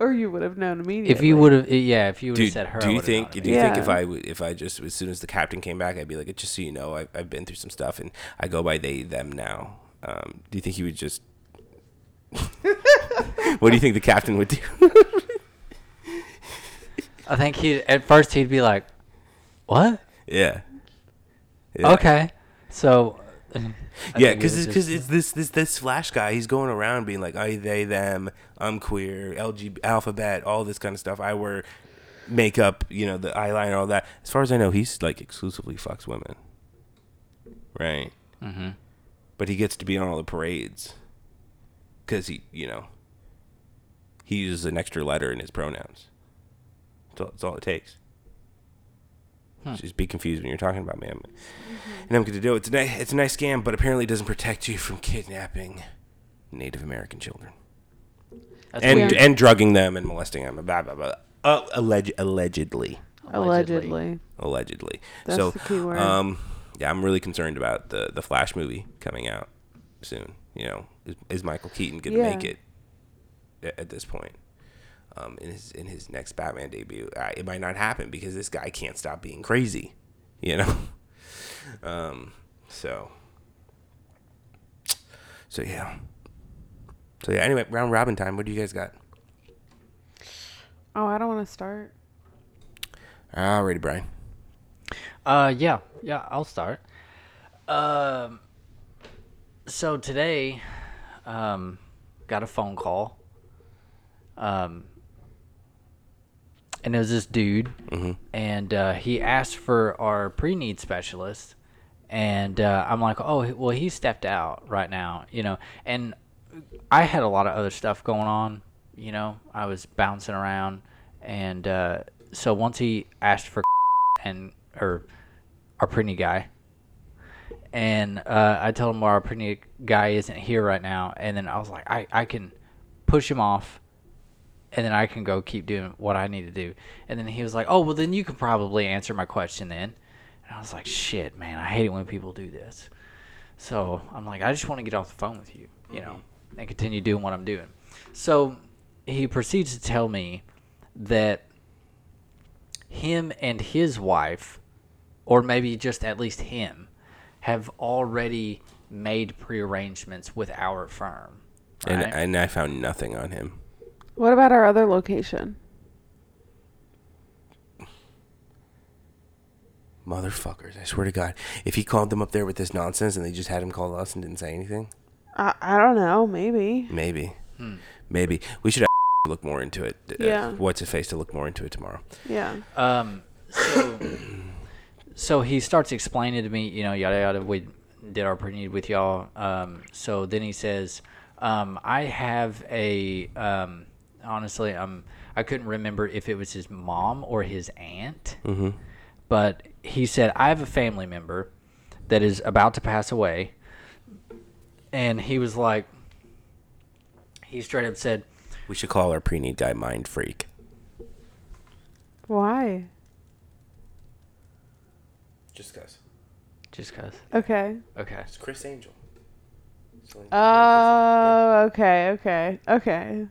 Speaker 5: or you would have known immediately.
Speaker 3: if you would have, yeah, if you would have
Speaker 6: Dude,
Speaker 3: said her, I
Speaker 6: do you
Speaker 3: would've
Speaker 6: think?
Speaker 3: known
Speaker 6: Do you think
Speaker 5: Yeah.
Speaker 6: if I would, if I just as soon as the captain came back, I'd be like, just so you know, I, I've been through some stuff, and I go by they them now. Um, do you think he would just? what do you think the captain would do?
Speaker 3: it. I think he at first he'd be like, "What?
Speaker 6: yeah. Yeah.
Speaker 3: Okay." So I
Speaker 6: yeah,
Speaker 3: think it
Speaker 6: because
Speaker 3: was
Speaker 6: it's,
Speaker 3: just-
Speaker 6: 'cause it's this this this flash guy. He's going around being like, I they them. I'm queer. LG alphabet. All this kind of stuff. I wear makeup. You know the eyeliner. All that. As far as I know, he's like exclusively fucks women. Right. Mm-hmm. But he gets to be on all the parades. Cause he, you know, He uses an extra letter in his pronouns. That's all, that's all it takes. Just be confused when you're talking about man.
Speaker 3: Mm-hmm.
Speaker 6: And I'm good to do it. It's a, nice, it's a nice scam, but apparently it doesn't protect you from kidnapping Native American children
Speaker 3: That's
Speaker 6: and
Speaker 3: weird.
Speaker 5: weird.
Speaker 6: and drugging them and molesting them. Blah, blah, blah. Uh, alleg- allegedly.
Speaker 5: Allegedly.
Speaker 6: allegedly.
Speaker 5: That's
Speaker 6: so,
Speaker 5: the key word.
Speaker 6: um, yeah, I'm really concerned about the the Flash movie coming out soon. You know, is, is Michael Keaton going to
Speaker 5: Yeah.
Speaker 6: make it a- at this point? Um, in his in his next Batman debut, uh, it might not happen because this guy can't stop being crazy. You know, um, so so yeah. So yeah. Anyway, round robin time. What do you guys got?
Speaker 5: Oh, I don't want to start.
Speaker 6: Alrighty, Brian.
Speaker 3: Uh, yeah, yeah, I'll start. Um, so today, um, got a phone call. Um, and it was this dude, and uh, he asked for our pre need specialist, and uh, I'm like, oh, well, he stepped out right now, you know, and I had a lot of other stuff going on, you know, I was bouncing around, and uh, so once he asked for and or our pretty guy. And uh, I told him well, our pretty guy isn't here right now, and then I was like, I, I can push him off, and then I can go keep doing what I need to do. And then he was like, Oh well, then you can probably answer my question then. And I was like, Shit, man, I hate it when people do this. So I'm like, I just want to get off the phone with you, you know, and continue doing what I'm doing. So he proceeds to tell me that him and his wife, or maybe just at least him, have already made prearrangements with our firm.
Speaker 6: And
Speaker 3: right?
Speaker 6: and I found nothing on him.
Speaker 5: What about our other location?
Speaker 6: Motherfuckers, I swear to God. If he called them up there with this nonsense and they just had him call us and didn't say anything,
Speaker 5: I, I don't know. Maybe.
Speaker 6: maybe. Maybe. We should look more into it. Uh,
Speaker 5: Yeah.
Speaker 6: What's a face to look more into it tomorrow?
Speaker 5: Yeah.
Speaker 3: Um, so, so he starts explaining to me, you know, yada yada. We did our pre-need with y'all. Um, so then he says, um, I have a. Um, honestly, um, I couldn't remember if it was his mom or his aunt, but he said I have a family member that is about to pass away, and he was like, he straight up said,
Speaker 6: We should call our pre need guy Mind Freak.
Speaker 5: Why?
Speaker 6: Just because.
Speaker 3: just cause.
Speaker 5: Okay.
Speaker 3: Okay.
Speaker 6: It's Chris Angel.
Speaker 5: Oh, okay, okay, okay.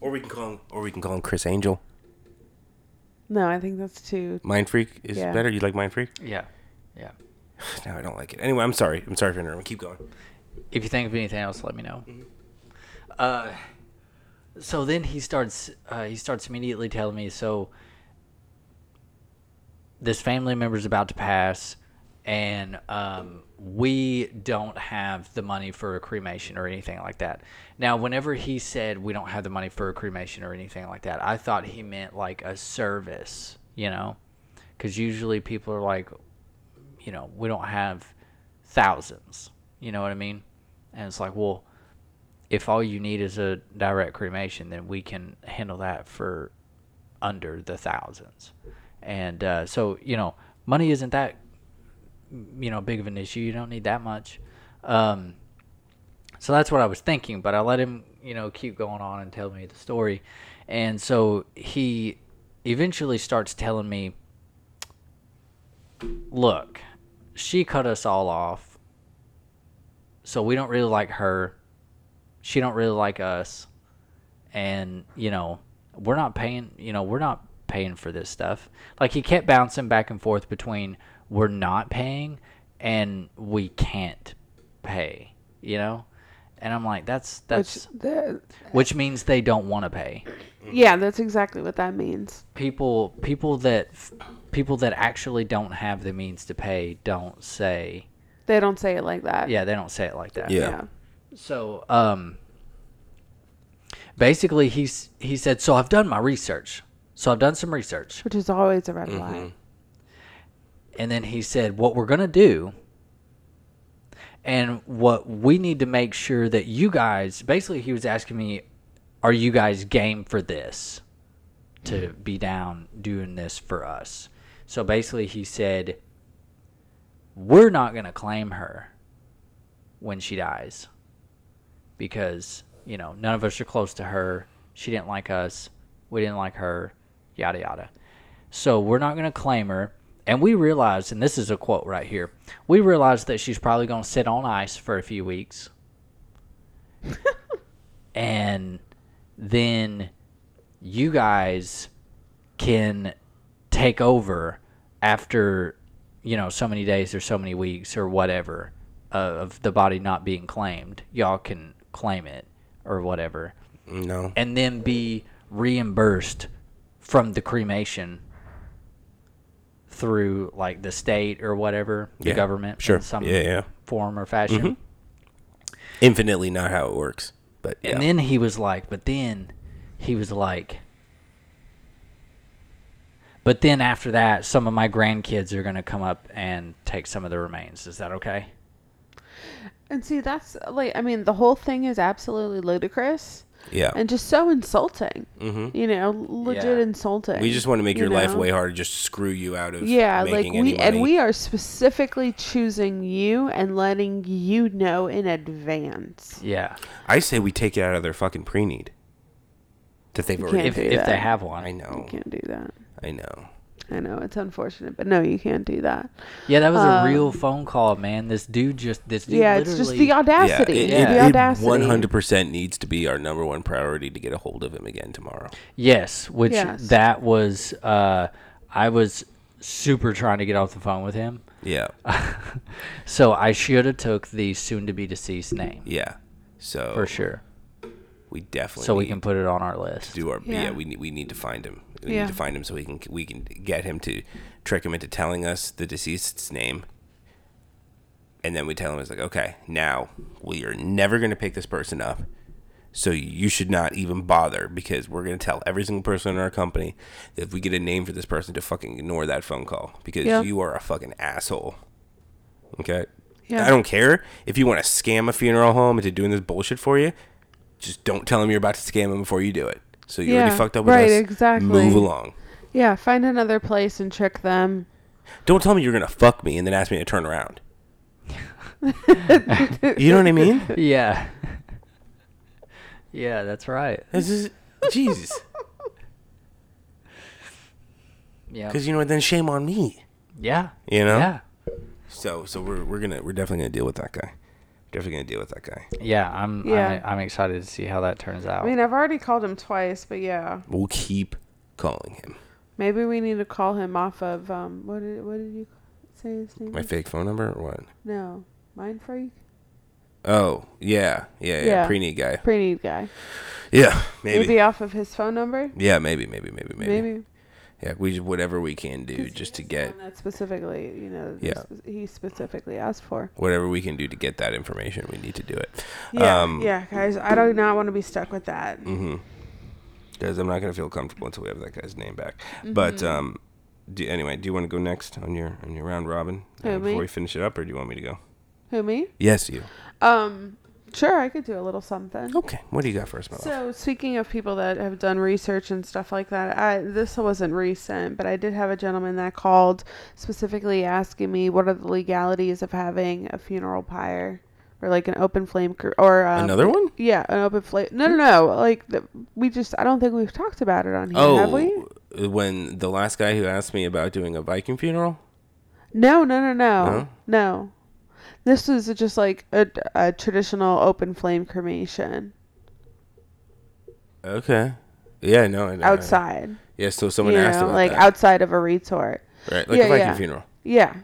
Speaker 6: Or we can call him or we can call him Chris Angel.
Speaker 5: No, I think that's too.
Speaker 6: Mind Freak is
Speaker 5: Yeah.
Speaker 6: better. You like Mind Freak?
Speaker 3: Yeah. Yeah.
Speaker 6: No, I don't like it. Anyway, I'm sorry. I'm sorry for interrupting. Keep going.
Speaker 3: if you think of anything else, let me know. Uh, so then he starts. Uh, he starts immediately telling me. So this family member's about to pass, and um, we don't have the money for a cremation or anything like that. Now, whenever he said we don't have the money for a cremation or anything like that, I thought he meant like a service, you know, because usually people are like, you know, we don't have thousands. You know what I mean? And it's like, well, if all you need is a direct cremation, then we can handle that for under the thousands. And uh, so, you know, money isn't that, you know, big of an issue. You don't need that much. Um, so that's what I was thinking, but I let him, you know, keep going on and tell me the story. And so he eventually starts telling me, look, she cut us all off. So we don't really like her. She don't really like us. And, you know, we're not paying, you know, we're not paying for this stuff. Like he kept bouncing back and forth between we're not paying and we can't pay, you know? And I'm like, that's
Speaker 5: Which,
Speaker 3: that's
Speaker 5: the,
Speaker 3: which, means they don't want to pay.
Speaker 6: Mm.
Speaker 5: yeah, that's exactly what that means.
Speaker 3: People people that people that actually don't have the means to pay don't say
Speaker 5: They don't say it like that.
Speaker 3: yeah, they don't say it like that.
Speaker 6: Yeah.
Speaker 5: Yeah.
Speaker 3: So, um, basically, he's he said, "So I've done my research. So I've done some research."
Speaker 5: Which is always a red
Speaker 6: Mm-hmm.
Speaker 5: flag.
Speaker 3: And then he said, "What we're gonna do, and what we need to make sure that you guys." Basically, he was asking me are you guys game for this? To be down doing this for us. So basically, he said, we're not going to claim her when she dies because, you know, none of us are close to her. She didn't like us. We didn't like her. Yada, yada. So we're not going to claim her. And we realized, and this is a quote right here we realized that she's probably going to sit on ice for a few weeks. and then you guys can take over after you know so many days or so many weeks or whatever uh, of the body not being claimed y'all can claim it or whatever
Speaker 6: No.
Speaker 3: and then be reimbursed from the cremation through like the state or whatever the
Speaker 6: Yeah,
Speaker 3: government
Speaker 6: sure.
Speaker 3: in some
Speaker 6: Yeah, yeah. Mm-hmm.
Speaker 3: form or fashion
Speaker 6: Infinitely not how it works. But yeah.
Speaker 3: And then he was like, but then he was like, but then after that, some of my grandkids are going to come up and take some of the remains. Is that okay?
Speaker 5: And see, that's like, I mean, the whole thing is absolutely ludicrous
Speaker 6: yeah.
Speaker 5: and just so insulting. Mm-hmm. You know, legit
Speaker 3: Yeah.
Speaker 5: insulting.
Speaker 6: we just want to make
Speaker 5: you
Speaker 6: your life
Speaker 5: know?
Speaker 6: way harder, just screw you out of
Speaker 5: Yeah, like
Speaker 6: making
Speaker 5: we
Speaker 6: any
Speaker 5: and
Speaker 6: money.
Speaker 5: we are specifically choosing you and letting you know in advance.
Speaker 3: Yeah.
Speaker 6: I say we take it out of their fucking pre need. That they've already
Speaker 5: can't
Speaker 3: If,
Speaker 5: do
Speaker 3: if they
Speaker 5: that.
Speaker 3: have
Speaker 6: I
Speaker 3: one.
Speaker 6: know.
Speaker 5: You can't do that.
Speaker 6: I know.
Speaker 5: I know it's unfortunate, but no, you can't do that.
Speaker 3: Yeah, that was a real phone call, man. This dude just, this dude
Speaker 5: Um, yeah, it's
Speaker 3: literally.
Speaker 5: just the audacity.
Speaker 6: it-
Speaker 3: Yeah.
Speaker 6: it-
Speaker 5: The
Speaker 6: it
Speaker 5: audacity.
Speaker 6: 100% needs to be our number one priority to get a hold of him again tomorrow.
Speaker 3: Yes, which
Speaker 5: Yes.
Speaker 3: that was, uh, I was super trying to get off the phone with him.
Speaker 6: Yeah.
Speaker 3: So I should have took the soon to be deceased name
Speaker 6: Yeah. So
Speaker 3: for sure.
Speaker 6: we definitely
Speaker 3: So we
Speaker 6: need
Speaker 3: can put it on our list.
Speaker 6: do our yeah.
Speaker 5: Yeah.
Speaker 6: we need we need to find him. We
Speaker 5: Yeah.
Speaker 6: need to find him so we can we can get him to trick him into telling us the deceased's name. And then we tell him it's like, "Okay, now we are never going to pick this person up." So you should not even bother because we're going to tell every single person in our company that if we get a name for this person to fucking ignore that phone call because
Speaker 5: Yeah.
Speaker 6: you are a fucking asshole. Okay?
Speaker 5: Yeah.
Speaker 6: I don't care if you want to scam a funeral home into doing this bullshit for you. Just don't tell them you're about to scam them before you do it. So you already
Speaker 5: Yeah,
Speaker 6: fucked up with
Speaker 5: right,
Speaker 6: us.
Speaker 5: exactly.
Speaker 6: Move along.
Speaker 5: Yeah, find another place and trick them.
Speaker 6: Don't tell me you're going to fuck me and then ask me to turn around. you know what I mean?
Speaker 3: Yeah. yeah, that's right.
Speaker 6: This is Jesus.
Speaker 3: Yeah.
Speaker 6: Because you know what? Then shame on me.
Speaker 3: Yeah.
Speaker 6: You know?
Speaker 3: Yeah.
Speaker 6: So so we're we're gonna we're definitely gonna deal with that guy. Definitely gonna deal with that guy.
Speaker 3: Yeah, I'm
Speaker 5: Yeah.
Speaker 3: I'm, I'm excited to see how that turns out.
Speaker 5: I mean, I've already called him twice, but yeah,
Speaker 6: We'll keep calling him.
Speaker 5: maybe we need to call him off of um. What did what did you say his name?
Speaker 6: My
Speaker 5: is?
Speaker 6: fake phone number or what?
Speaker 5: no, mind freak,
Speaker 6: Oh yeah yeah yeah,
Speaker 5: Yeah.
Speaker 6: pre need guy.
Speaker 5: pretty neat guy.
Speaker 6: Yeah
Speaker 5: Maybe.
Speaker 6: maybe.
Speaker 5: off of his phone number.
Speaker 6: Yeah maybe maybe maybe maybe.
Speaker 5: Maybe.
Speaker 6: Yeah we just whatever we can do just to get
Speaker 5: One that specifically, you know,
Speaker 6: Yeah.
Speaker 5: spe- he specifically asked for.
Speaker 6: whatever we can do to get that information we need to do it.
Speaker 5: Yeah,
Speaker 6: Um, Mm-hmm.
Speaker 5: yeah, guys, I do not want to be stuck with that.
Speaker 6: Because I'm not gonna feel comfortable until we have that guy's name back.
Speaker 5: Mm-hmm.
Speaker 6: But um, do, anyway, do you want to go next on your on your round robin
Speaker 5: Who,
Speaker 6: uh,
Speaker 5: me?
Speaker 6: before we finish it up, or do you want me to go?
Speaker 5: Who me?
Speaker 6: Yes, you.
Speaker 5: Um, sure, I could do a little something.
Speaker 6: Okay. What do you got for us, my love?
Speaker 5: So speaking of people that have done research and stuff like that, I this wasn't recent, but I did have a gentleman that called specifically asking me what are the legalities of having a funeral pyre or like an open flame cr- or um,
Speaker 6: Another one?
Speaker 5: Yeah, an open flame. No, no, no. Like the, we just, I don't think we've talked about it on here, have we?
Speaker 6: Oh, when the last guy who asked me about doing a Viking funeral?
Speaker 5: No, no, no, no,
Speaker 6: No?
Speaker 5: no. This is just like a, a traditional open flame cremation
Speaker 6: Okay. Yeah, no, I know.
Speaker 5: outside.
Speaker 6: Yeah, so
Speaker 5: You
Speaker 6: someone asked
Speaker 5: know,
Speaker 6: about
Speaker 5: like
Speaker 6: that.
Speaker 5: outside of a retort.
Speaker 6: right, like
Speaker 5: yeah,
Speaker 6: a Viking
Speaker 5: yeah.
Speaker 6: funeral.
Speaker 5: Yeah.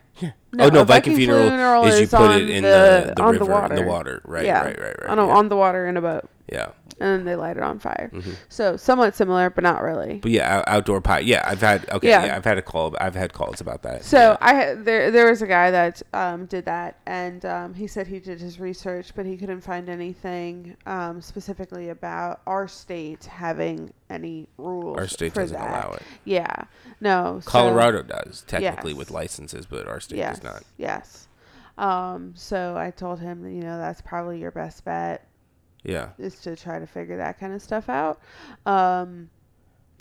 Speaker 6: oh no,
Speaker 5: a
Speaker 6: Viking, funeral, is, you put it in the, the
Speaker 5: on
Speaker 6: river in the water. Right,
Speaker 5: yeah.
Speaker 6: right, right, right.
Speaker 5: On, a,
Speaker 6: yeah.
Speaker 5: on the water in a boat,
Speaker 6: yeah.
Speaker 5: and then they light it on fire. So somewhat similar, but not really.
Speaker 6: But yeah, out- outdoor pie. Yeah, I've had okay,
Speaker 5: Yeah.
Speaker 6: yeah. I've had a call I've had calls about that.
Speaker 5: So I had- there there was a guy that um, did that, and um, he said he did his research, but he couldn't find anything um, specifically about our state having any rules.
Speaker 6: Our state
Speaker 5: for
Speaker 6: doesn't
Speaker 5: that.
Speaker 6: allow it.
Speaker 5: Yeah, no. so-
Speaker 6: Colorado does, technically
Speaker 5: Yes.
Speaker 6: with licenses, but our state
Speaker 5: yes,
Speaker 6: does not.
Speaker 5: yes. Um, so I told him, that, you know, that's probably your best bet.
Speaker 6: Yeah.
Speaker 5: is to try to figure that kind of stuff out. Um,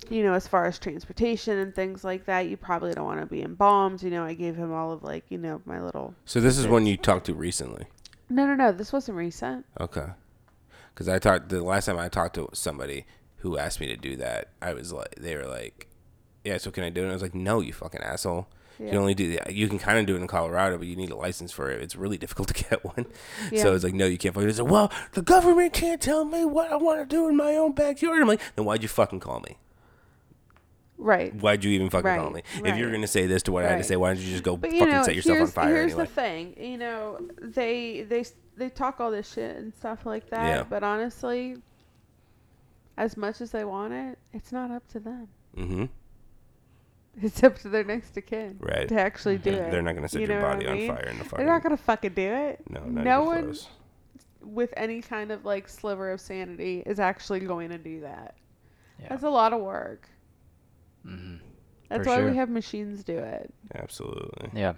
Speaker 5: you know, as far as transportation and things like that, you probably don't want to be embalmed. You know, I gave him all of like, you know, my little.
Speaker 6: So this is one you talked to recently.
Speaker 5: No, no, no. This wasn't recent.
Speaker 6: Okay. Because I talked the last time I talked to somebody who asked me to do that, I was like, they were like, "Yeah, so can I do it?" And I was like, "No, you fucking asshole." You
Speaker 5: Yeah.
Speaker 6: can only do that. You can kind of do it in Colorado, but you need a license for it. It's really difficult to get one.
Speaker 5: Yeah.
Speaker 6: So it's like, no, you can't fucking. do it." It's like, well, the government can't tell me what I want to do in my own backyard. I'm like, then why'd you fucking call me?
Speaker 5: Right.
Speaker 6: Why'd you even fucking
Speaker 5: Right,
Speaker 6: call me? If you're
Speaker 5: right.
Speaker 6: gonna say this to what I had to
Speaker 5: Right.
Speaker 6: say, why don't you just go
Speaker 5: But
Speaker 6: fucking
Speaker 5: you know,
Speaker 6: set yourself
Speaker 5: here's,
Speaker 6: on fire
Speaker 5: here's
Speaker 6: anyway?
Speaker 5: the thing. You know, they they they talk all this shit and stuff like that.
Speaker 6: Yeah.
Speaker 5: But honestly, as much as they want it, it's not up to them.
Speaker 6: mm-hmm.
Speaker 5: It's up to their next of kin
Speaker 6: Right.
Speaker 5: to actually do
Speaker 6: They're-
Speaker 5: it.
Speaker 6: they're not gonna set
Speaker 5: You
Speaker 6: your
Speaker 5: know what
Speaker 6: body
Speaker 5: I
Speaker 6: on
Speaker 5: mean?
Speaker 6: fire in the
Speaker 5: They're not
Speaker 6: fucking-
Speaker 5: gonna fucking do it.
Speaker 6: No, not
Speaker 5: no
Speaker 6: even
Speaker 5: one
Speaker 6: close.
Speaker 5: with any kind of like sliver of sanity is actually going to do that.
Speaker 3: Yeah.
Speaker 5: That's a lot of work.
Speaker 3: Mm-hmm.
Speaker 5: That's
Speaker 3: For
Speaker 5: why
Speaker 3: sure.
Speaker 5: we have machines do it.
Speaker 6: Absolutely,
Speaker 3: Yeah.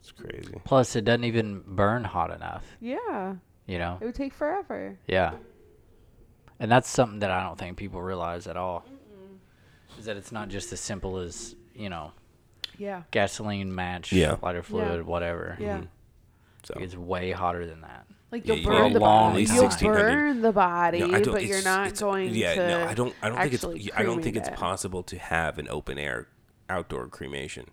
Speaker 6: it's crazy.
Speaker 3: Plus, it doesn't even burn hot enough.
Speaker 5: Yeah,
Speaker 3: You know.
Speaker 5: it would take forever.
Speaker 3: Yeah. And that's something that I don't think people realize at all. Is that it's not just as simple as, you know,
Speaker 5: Yeah,
Speaker 3: gasoline, match,
Speaker 6: Yeah.
Speaker 3: lighter fluid, whatever.
Speaker 5: yeah.
Speaker 6: So
Speaker 3: It's way hotter than that.
Speaker 5: Like
Speaker 6: Mm-hmm. Yeah,
Speaker 5: you'll
Speaker 6: you
Speaker 5: burn
Speaker 3: need
Speaker 5: the
Speaker 3: a long
Speaker 5: body.
Speaker 3: time.
Speaker 5: You'll
Speaker 6: 1600.
Speaker 5: burn the body,
Speaker 6: No, I don't-
Speaker 5: but you're
Speaker 6: it's-
Speaker 5: not
Speaker 6: it's-
Speaker 5: going
Speaker 6: yeah,
Speaker 5: to.
Speaker 6: no, I don't. I don't think
Speaker 5: actually
Speaker 6: it's. I don't think it's
Speaker 5: cremate it.
Speaker 6: possible to have an open air outdoor cremation,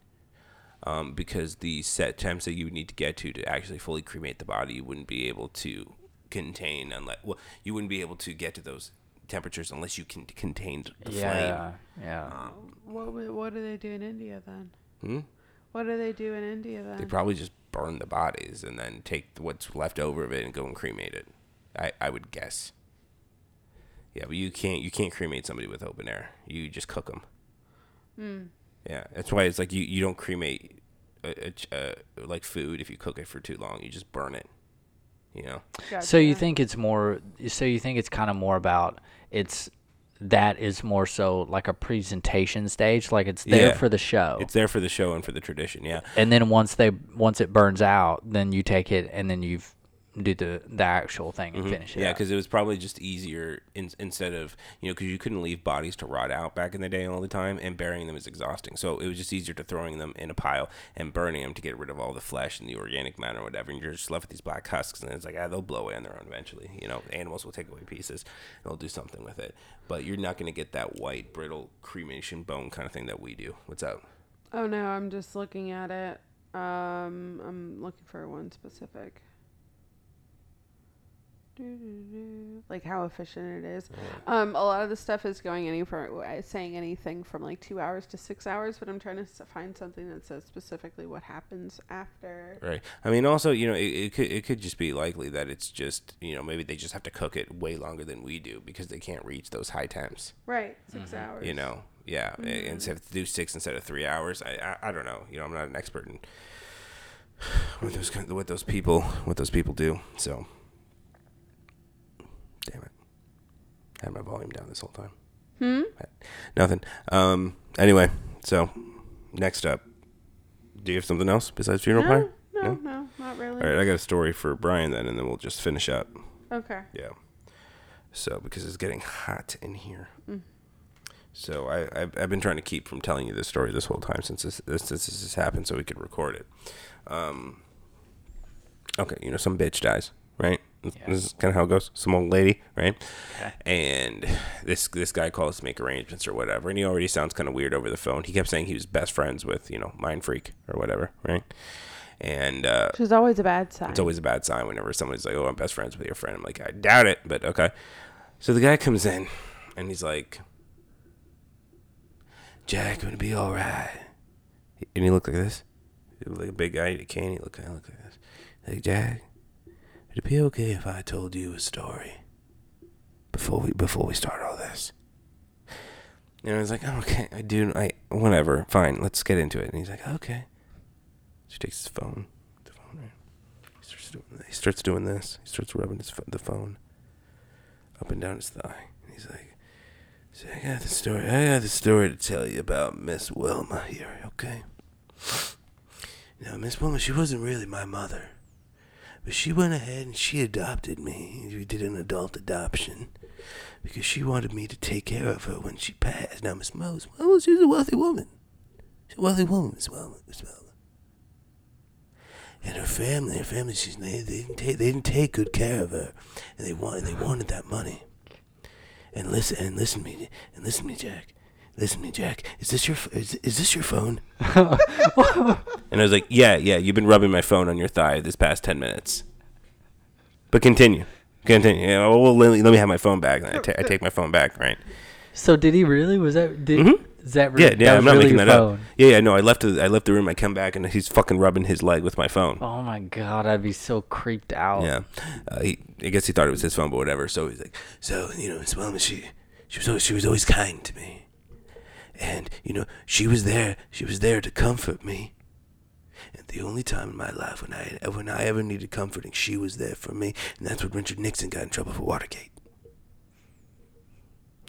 Speaker 6: um, because the set temps that you would need to get to to actually fully cremate the body, you wouldn't be able to contain unless. Well, you wouldn't be able to get to those temperatures unless you can contain the
Speaker 3: yeah.
Speaker 6: flame. Oh,
Speaker 3: Yeah.
Speaker 5: What w- What do they do in India then? What do they do in India
Speaker 6: Hmm? They
Speaker 5: then?
Speaker 6: probably just burn the bodies and then take what's left over of it and go and cremate it. I, I would guess. Yeah, but you can't you can't cremate somebody with open air. You just cook them. Yeah, that's why it's like you, you don't cremate a, a, ch- uh like food if you cook it for too long. You just burn it. You know.
Speaker 3: So you think it's more? So you think it's kind of more about it's that is more so like a presentation stage, like it's there
Speaker 6: Yeah.
Speaker 3: for the show,
Speaker 6: It's there for the show and for the tradition. Yeah.
Speaker 3: and then once they once it burns out, then you take it and then you do the the actual thing and finish it.
Speaker 6: Mm-hmm. Yeah,
Speaker 3: up.
Speaker 6: because it was probably just easier in, instead of you know because you couldn't leave bodies to rot out back in the day all the time, and burying them is exhausting. So it was just easier to throwing them in a pile and burning them to get rid of all the flesh and the organic matter or whatever, and you're just left with these black husks, and it's like ah, they'll blow away on their own eventually. You know, animals will take away pieces, and they'll do something with it, but you're not going to get that white brittle cremation bone kind of thing that we do. What's up?
Speaker 5: Oh no, I'm just looking at it. Um, I'm looking for one specific. Doo-doo-doo. Like how efficient it is. Um, a lot of the stuff is going any for uh, saying anything from like two hours to six hours, but I'm trying to s- find something that says specifically what happens after.
Speaker 6: Right. I mean, also, you know, it, it could it could just be likely that it's just you know maybe they just have to cook it way longer than we do because they can't reach those high temps.
Speaker 5: Right, 6 hours.
Speaker 6: Mm-hmm. You know, yeah, and- and so have to do six instead of three hours. I, I I don't know. You know, I'm not an expert in what those kind- what those people what those people do. So, damn it, I had my volume down this whole time. Hmm. Nothing. Um. Anyway, so next up, do you have something else besides funeral
Speaker 5: No,
Speaker 6: pyre?
Speaker 5: no, no, not really.
Speaker 6: All right, I got a story for Brian then, and then we'll just finish up.
Speaker 5: Okay.
Speaker 6: Yeah. So because it's getting hot in here. So I I've, I've been trying to keep from telling you this story this whole time since this this- since this has happened, so we could record it. Um. Okay, you know some bitch dies, right? This is kind of how it goes. Some old lady, right? And this this guy calls to make arrangements or whatever, and he already sounds kind of weird over the phone. He kept saying he was best friends with you know Mind Freak or whatever, right? And uh,
Speaker 5: Which is always a bad sign.
Speaker 6: it's always a bad sign whenever somebody's like, "Oh, I'm best friends with your friend." I'm like, "I doubt it," but okay. So the guy comes in, and he's like, "Jack, I'm gonna be all right." And he looked like this, He looked like a big guy, he had a cane. He looked kind of looked like this. He's like, "Jack, would it be okay if I told you a story before we before we start all this?" And I was like, "Oh, "Okay, I do. I whatever. Fine, let's get into it." And he's like, "Okay." She takes his phone. The phone, right? He starts doing, he starts doing this. He starts rubbing his pho- the phone up and down his thigh. And he's like, "See, I got the story. I got the story to tell you about Miss Wilma here. Okay. Now, Miss Wilma, she wasn't really my mother, But she went ahead and she adopted me. We did an adult adoption because she wanted me to take care of her when she passed. Now, Miss Mose, well, she was a wealthy woman. She's a wealthy woman, Miss Wellman. Miss Wellman. And her family, her family, she's, they, they, didn't take, they didn't take good care of her. And they wanted, they wanted that money. And listen, and listen to me, and listen to me, Jack. Listen to me, Jack. Is this your, ph- is, is this your phone? And I was like, yeah, yeah, you've been rubbing my phone on your thigh this past 10 minutes. But continue. Continue. Yeah, well, let, me, let me have my phone back. And I, ta- I take my phone back, right?
Speaker 3: So did he really? Was that did is that
Speaker 6: Mm-hmm. Yeah,
Speaker 3: really?
Speaker 6: yeah,
Speaker 3: that
Speaker 6: I'm
Speaker 3: was
Speaker 6: not
Speaker 3: really
Speaker 6: making
Speaker 3: your
Speaker 6: that
Speaker 3: phone?
Speaker 6: up. Yeah, yeah, no, I left, the, I left the room. I come back and he's fucking rubbing his leg with my phone.
Speaker 3: Oh my god, I'd be so creeped out.
Speaker 6: Yeah, uh, he, I guess he thought it was his phone, but whatever. So he's like, so you know, Miss Wellman, she she was always, she was always kind to me, and you know, she was there, she was there to comfort me. And the only time in my life when I when I ever needed comforting, she was there for me, and that's when Richard Nixon got in trouble for Watergate.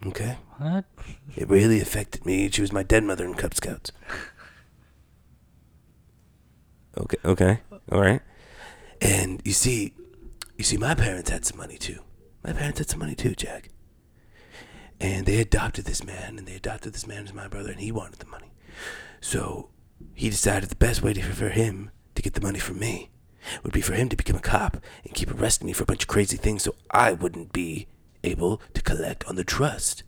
Speaker 6: Okay,
Speaker 3: What?
Speaker 6: it really affected me. She was my dead mother in Cub Scouts. Okay, okay, all right. And you see, you see, my parents had some money too. My parents had some money too, Jack. And they adopted this man, and they adopted this man as my brother, and he wanted the money. So he decided the best way to, for him to get the money from me would be for him to become a cop and keep arresting me for a bunch of crazy things so I wouldn't be able to collect on the trust.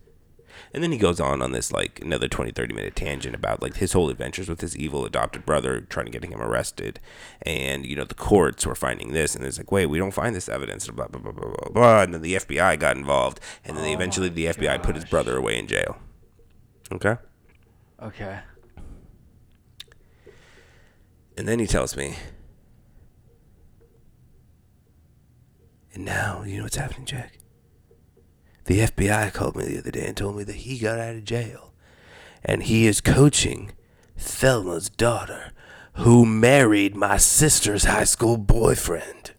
Speaker 6: And then he goes on on this like another 20 30 minute tangent about like his whole adventures with his evil adopted brother trying to get him arrested and you know the courts were finding this and it's like wait we don't find this evidence blah blah blah blah blah, blah. and then the FBI got involved and then eventually the FBI put his brother away in jail. Okay?
Speaker 3: Okay.
Speaker 6: And then he tells me And now, you know what's happening, Jack? The FBI called me the other day and told me that he got out of jail. And he is coaching Thelma's daughter, who married my sister's high school boyfriend.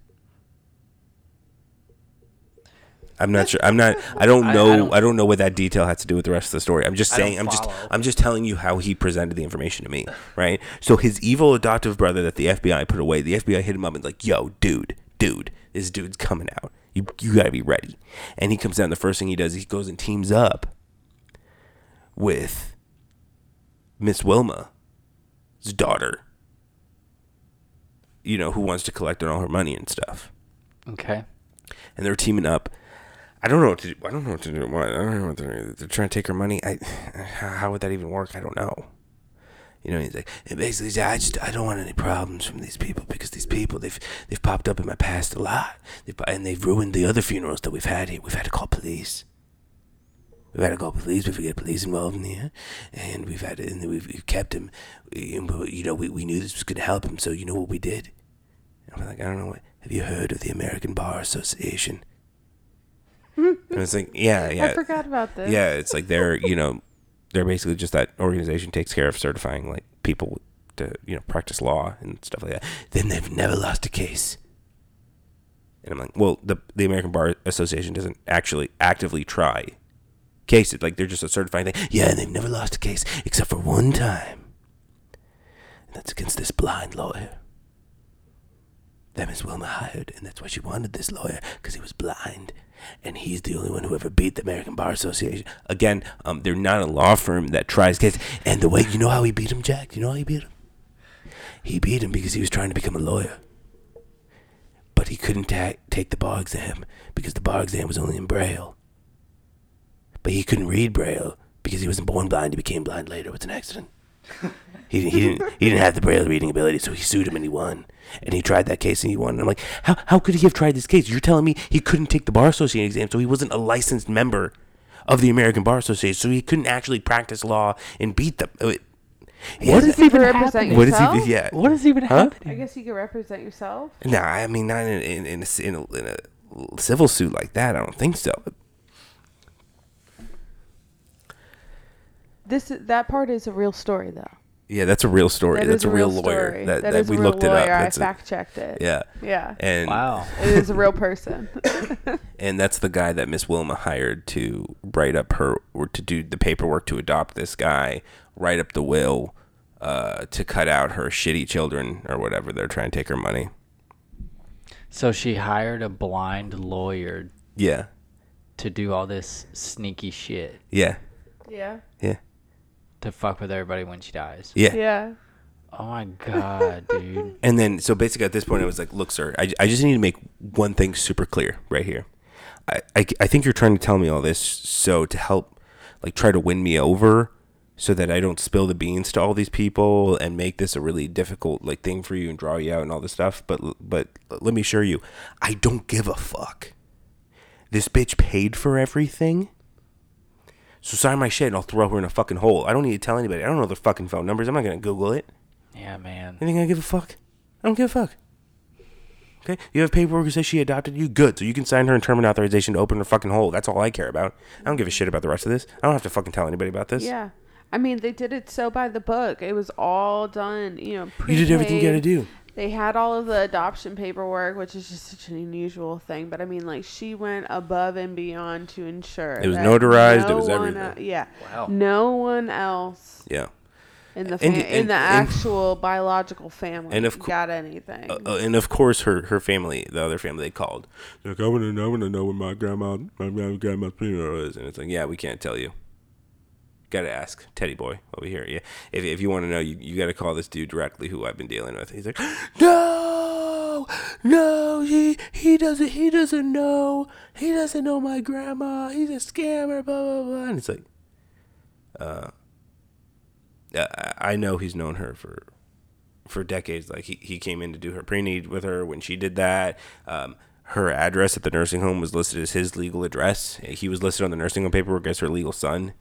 Speaker 6: I'm not sure. I'm not. I don't
Speaker 3: I- I
Speaker 6: know. I don't,
Speaker 3: don't-
Speaker 6: know what that detail has to do with the rest of the story. I'm just
Speaker 3: don't
Speaker 6: saying. I'm just.
Speaker 3: follow.
Speaker 6: I'm just telling you how he presented the information to me, right? So his evil adoptive brother that the FBI put away, the FBI hit him up and like, "Yo, dude, dude, this dude's coming out. You you gotta be ready." And he comes down. The first thing he does, he goes and teams up with Miss Wilma's daughter. You know who wants to collect on all her money and stuff
Speaker 3: Okay.
Speaker 6: and they're teaming up. I don't know what to do. I don't know what to do. What I don't know what they're, they're trying to take her money. I how how would that even work? I don't know. You know, he's like, and basically, he's like, I just I don't want any problems from these people because these people they've they've popped up in my past a lot, they've, and they've ruined the other funerals that we've had here. We've had to call police. We've had to call police. We've got police involved in here, and we've had and we've, we've kept him. And we- You know, we, we knew this was going to help him, so you know what we did. And I'm like, I don't know what. Have you heard of the American Bar Association? and it's like, yeah, yeah.
Speaker 5: Hmm. I forgot about this.
Speaker 6: Yeah, it's like they're you know, they're basically just that organization takes care of certifying like people to you know practice law and stuff like that. Then they've never lost a case. And I'm like, well, the the American Bar Association doesn't actually actively try cases. Like they're just a certifying thing. Yeah, and they've never lost a case except for one time. And that's against this blind lawyer. That Miss Wilma hired, and that's why she wanted this lawyer, because he was blind. And he's the only one who ever beat the American Bar Association. Again, um, they're not a law firm that tries cases. And the way, you know how he beat him, Jack? You know how he beat him? He beat him because he was trying to become a lawyer. But he couldn't ta- take the bar exam because the bar exam was only in Braille. But he couldn't read Braille because he wasn't born blind. He became blind later. It's an accident. He didn't, he didn't he didn't have the braille reading ability, so he sued him and he won. And he tried that case and he won. And I'm like, how how could he have tried this case? You're telling me he couldn't take the bar association exam, so he wasn't a licensed member of the American Bar Association, so he couldn't actually practice law and beat them. Uh, he
Speaker 3: What
Speaker 6: has-
Speaker 3: is he even
Speaker 5: represent
Speaker 3: happening?
Speaker 6: What is
Speaker 5: yourself?
Speaker 6: he? Yeah.
Speaker 3: What is even
Speaker 6: Huh?
Speaker 5: I
Speaker 3: happening?
Speaker 5: guess you could represent yourself.
Speaker 6: No, I mean not in in in a, s- in a, in a civil suit like that. I don't think so.
Speaker 5: This is- that part is a real story though.
Speaker 6: Yeah, that's a real story.
Speaker 5: That
Speaker 6: that's
Speaker 5: is
Speaker 6: a real, lawyer.
Speaker 5: story.
Speaker 6: That, that,
Speaker 5: is a
Speaker 6: we
Speaker 5: real
Speaker 6: looked
Speaker 5: lawyer.
Speaker 6: it up.
Speaker 5: I
Speaker 6: That's a-
Speaker 5: fact checked it.
Speaker 6: yeah.
Speaker 5: Yeah.
Speaker 6: And
Speaker 3: Wow.
Speaker 5: It is a real person.
Speaker 6: and that's the guy that Miss Wilma hired to write up her or to do the paperwork to adopt this guy, write up the will, uh, to cut out her shitty children or whatever they're trying to take her money.
Speaker 3: So she hired a blind lawyer
Speaker 6: Yeah.
Speaker 3: to do all this sneaky shit
Speaker 6: Yeah.
Speaker 5: Yeah.
Speaker 6: Yeah.
Speaker 3: to fuck with everybody when she dies.
Speaker 6: Yeah.
Speaker 5: Yeah.
Speaker 3: Oh my god, dude.
Speaker 6: And then, so basically at this point, I was like, look, sir, I, I just need to make one thing super clear right here. I, I, I think you're trying to tell me all this so to help, like, try to win me over so that I don't spill the beans to all these people and make this a really difficult, like, thing for you and draw you out and all this stuff. But, but let me assure you, I don't give a fuck. This bitch paid for everything. So sign my shit and I'll throw her in a fucking hole. I don't need to tell anybody. I don't know their fucking phone numbers. I'm not going to Google it.
Speaker 3: Yeah, man.
Speaker 6: You think I give a fuck? I don't give a fuck. Okay, you have paperwork who says she adopted you. Good, so you can sign her internment authorization to open her fucking hole. That's all I care about. I don't give a shit about the rest of this. I don't have to fucking tell anybody about this.
Speaker 5: Yeah. I mean, they did it so by the book. It was all done, you know.
Speaker 6: you did everything you got to
Speaker 5: prepaid.
Speaker 6: do.
Speaker 5: They had all of the adoption paperwork, which is just such an unusual thing. But I mean, like she went above and beyond to ensure
Speaker 6: It was
Speaker 5: that
Speaker 6: notarized, it was
Speaker 5: one
Speaker 6: everything.
Speaker 5: e- yeah, no one else
Speaker 6: Yeah,
Speaker 5: in the fam-
Speaker 6: And-
Speaker 5: in
Speaker 6: and-
Speaker 5: the
Speaker 6: and-
Speaker 5: actual biological family
Speaker 6: and of cou-
Speaker 5: got anything.
Speaker 6: uh, and of course her her family, the other family, they called. They're Like I want to know, I want to know when my grandma, my grand- grandma's funeral is, and it's like, yeah, we can't tell you. Got to ask Teddy Boy over here. Yeah, if, if you want to know, you, you got to call this dude directly who I've been dealing with. He's like, no, no, he he doesn't he doesn't know he doesn't know my grandma. He's a scammer. Blah blah blah. And it's like, uh, I I know he's known her for for decades. Like he, he came in to do her preneed with her when she did that. Um, her address at the nursing home was listed as his legal address. He was listed on the nursing home paperwork as her legal son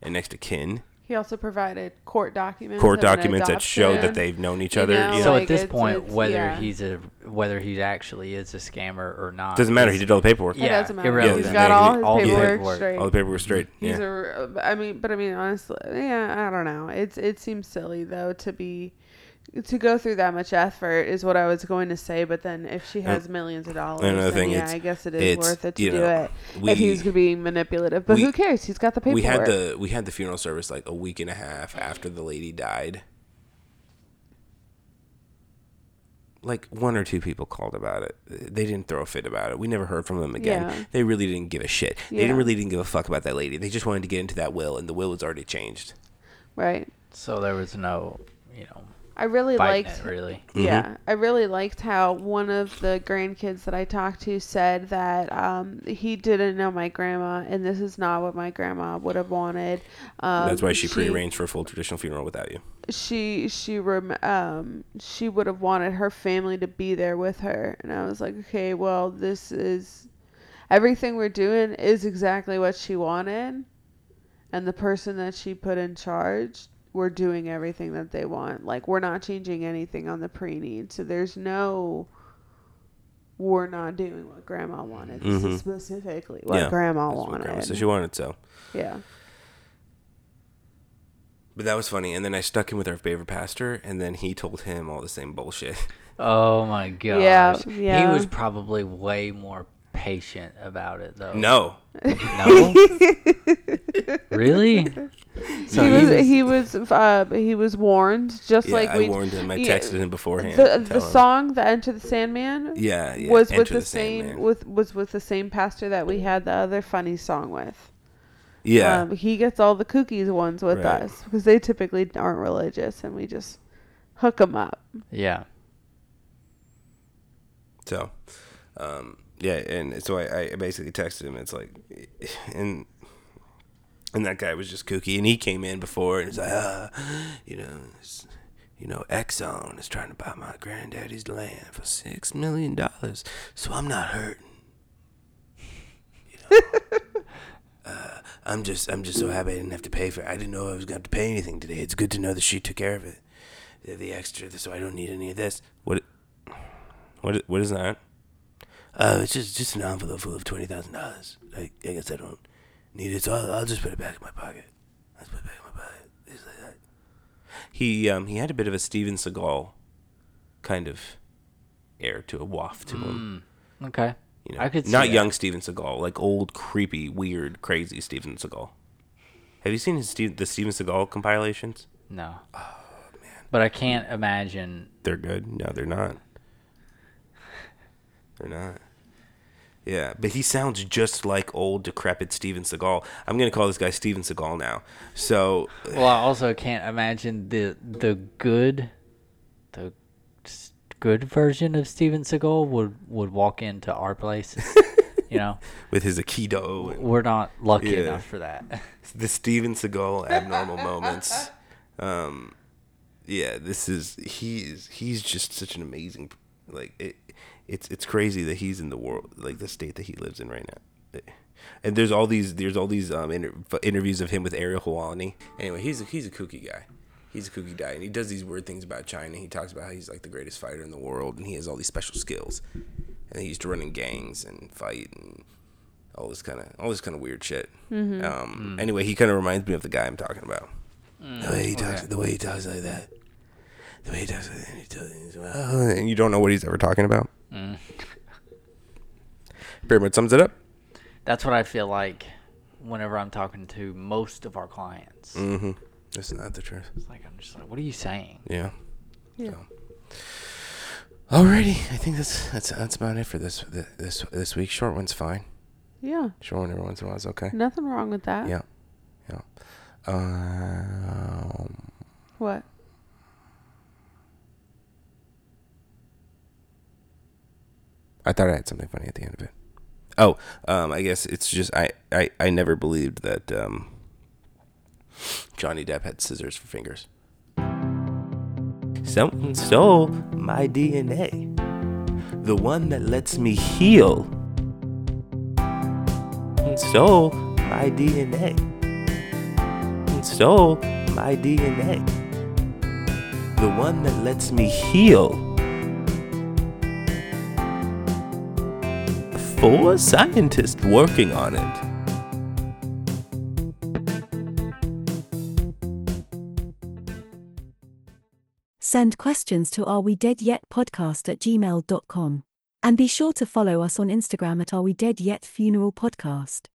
Speaker 6: and next to kin.
Speaker 5: he also provided court documents,
Speaker 6: Court
Speaker 5: of an
Speaker 6: documents that showed that
Speaker 5: adoption.
Speaker 6: they've known each
Speaker 5: You
Speaker 6: other.
Speaker 5: know,
Speaker 6: you
Speaker 3: So
Speaker 6: know?
Speaker 5: like,
Speaker 3: at this
Speaker 5: it's-
Speaker 3: point,
Speaker 5: it's-
Speaker 3: whether
Speaker 5: yeah.
Speaker 3: he's a whether he actually is a scammer or not
Speaker 6: doesn't matter.
Speaker 3: is-
Speaker 6: He did all the paperwork.
Speaker 3: Yeah,
Speaker 5: It doesn't matter.
Speaker 3: irrelevant.
Speaker 5: He's
Speaker 6: Yeah,
Speaker 5: got
Speaker 6: yeah,
Speaker 5: all
Speaker 6: yeah.
Speaker 5: his
Speaker 3: All the
Speaker 5: paperwork
Speaker 3: paperwork.
Speaker 5: straight.
Speaker 6: All the paperwork straight.
Speaker 5: He's
Speaker 6: yeah.
Speaker 5: a. but I mean, but I mean, honestly, yeah, I don't know. It's it seems silly though to be, to go through that much effort is what I was going to say. But then if she has millions of dollars,
Speaker 6: another
Speaker 5: then
Speaker 6: thing,
Speaker 5: yeah,
Speaker 6: it's-
Speaker 5: I guess it
Speaker 6: it's,
Speaker 5: is worth it to
Speaker 6: you
Speaker 5: do
Speaker 6: know,
Speaker 5: it.
Speaker 6: we-
Speaker 5: if he's gonna be manipulative, but
Speaker 6: we-
Speaker 5: who cares? He's got the paperwork.
Speaker 6: We had the we had the funeral service like a week and a half after the lady died. Like one or two people called about it. They didn't throw a fit about it. We never heard from them again.
Speaker 5: Yeah.
Speaker 6: They really didn't give a shit. They
Speaker 5: Yeah.
Speaker 6: didn't really didn't give a fuck about that lady. They just wanted to get into that will, and the will was already changed.
Speaker 5: right.
Speaker 3: So there was no, you know,
Speaker 5: I really
Speaker 3: biting
Speaker 5: liked
Speaker 3: it really.
Speaker 6: Mm-hmm.
Speaker 5: Yeah, I really liked how one of the grandkids that I talked to said that um, he didn't know my grandma, and this is not what my grandma would have wanted. Um,
Speaker 6: That's why she, prearranged for a full traditional funeral without you.
Speaker 5: She she rem- um she would have wanted her family to be there with her, and I was like, okay, well, this is everything we're doing is exactly what she wanted, and the person that she put in charge we're doing everything that they want. Like we're not changing anything on the pre need. So there's no we're not doing what grandma wanted. This is specifically what
Speaker 6: Mm-hmm. Yeah,
Speaker 5: grandma
Speaker 6: That's what
Speaker 5: wanted.
Speaker 6: grandma said she wanted. So,
Speaker 5: yeah.
Speaker 6: but that was funny. And then I stuck him with our favorite pastor, and then he told him all the same bullshit.
Speaker 3: Oh my gosh.
Speaker 5: Yeah,
Speaker 3: He
Speaker 5: yeah.
Speaker 3: was probably way more patient about it though.
Speaker 6: No,
Speaker 3: No? really? So
Speaker 5: he was he was uh, he was warned just
Speaker 6: yeah,
Speaker 5: like
Speaker 6: I
Speaker 5: we
Speaker 6: warned him. I
Speaker 5: yeah,
Speaker 6: texted him beforehand.
Speaker 5: the the
Speaker 6: telling him.
Speaker 5: song the Enter the Sandman
Speaker 6: Yeah, yeah.
Speaker 5: was with
Speaker 6: Enter
Speaker 5: the, same
Speaker 6: Sandman.
Speaker 5: with was with the same pastor that we had the other funny song with.
Speaker 6: yeah,
Speaker 5: Um, he gets all the kookies ones with
Speaker 6: Right.
Speaker 5: us because they typically aren't religious, and we just hook them up.
Speaker 3: yeah.
Speaker 6: So, um, yeah, and so I, I basically texted him. It's like, and and that guy was just kooky, and he came in before and was like, ah, you know, it's- you know, Exxon is trying to buy my granddaddy's land for six million dollars, so I'm not hurting. You know? Uh, I'm just, I'm just so happy I didn't have to pay for it. I didn't know I was going to pay anything today. It's good to know that she took care of it, the, the extra, so I don't need any of this. What? What what is that? Uh, it's just just an envelope full of twenty thousand dollars. Like I guess I don't need it, so I'll, I'll just put it back in my pocket. I'll just put it back in my pocket. It's like that. He um he had a bit of a Steven Seagal kind of air to a waft to him.
Speaker 3: Okay.
Speaker 6: You know,
Speaker 3: Mm, I could see
Speaker 6: not
Speaker 3: that.
Speaker 6: young Steven Seagal, like old creepy, weird, crazy Steven Seagal. Have you seen his Steve, the Steven Seagal compilations?
Speaker 3: No. Oh man. But I can't imagine
Speaker 6: They're good. No, they're not. They're not. Yeah, but he sounds just like old decrepit Steven Seagal. I'm gonna call this guy Steven Seagal now. So
Speaker 3: Well, I also can't imagine the the good, the s- good version of Steven Seagal would would walk into our place. you know,
Speaker 6: with his Aikido and
Speaker 3: we're not lucky
Speaker 6: Yeah.
Speaker 3: enough for that.
Speaker 6: the Steven Seagal abnormal moments. Um, yeah, this is he is he's just such an amazing like it. It's it's crazy that he's in the world like the state that he lives in right now. And there's all these there's all these um inter- f- interviews of him with Ariel Hawani. Anyway, he's a, he's a kooky guy. He's a kooky guy, and he does these weird things about China. He talks about how he's like the greatest fighter in the world, and he has all these special skills. And he used to run in gangs and fight and all this kind of all this kind of weird shit. Um, Anyway, he kind of reminds me of the guy I'm talking about. the way he talks, the way he talks like that, the way he talks like that, and, he does- he's, "Well," and you don't know what he's ever talking about. Pretty much sums it up.
Speaker 3: That's what I feel like whenever I'm talking to most of our clients.
Speaker 6: That's not the truth.
Speaker 3: It's like I'm just like, what are you saying?
Speaker 6: Yeah. Yeah. Alrighty, I think that's that's that's about it for this this this week. Short one's fine.
Speaker 5: Yeah.
Speaker 6: Short one every once in a while is okay.
Speaker 5: Nothing wrong with that.
Speaker 6: Yeah. Yeah. Um,
Speaker 5: What?
Speaker 6: I thought I had something funny at the end of it. Oh, um, I guess it's just I, I, I never believed that um, Johnny Depp had scissors for fingers. Someone stole my DNA, the one that lets me heal. Someone Stole my DNA. Someone Stole my DNA, the one that lets me heal. four scientists working on it.
Speaker 9: Send questions to Are We Dead Yet podcast at gmail.com. And be sure to follow us on Instagram at Are We Dead Yet Funeral Podcast.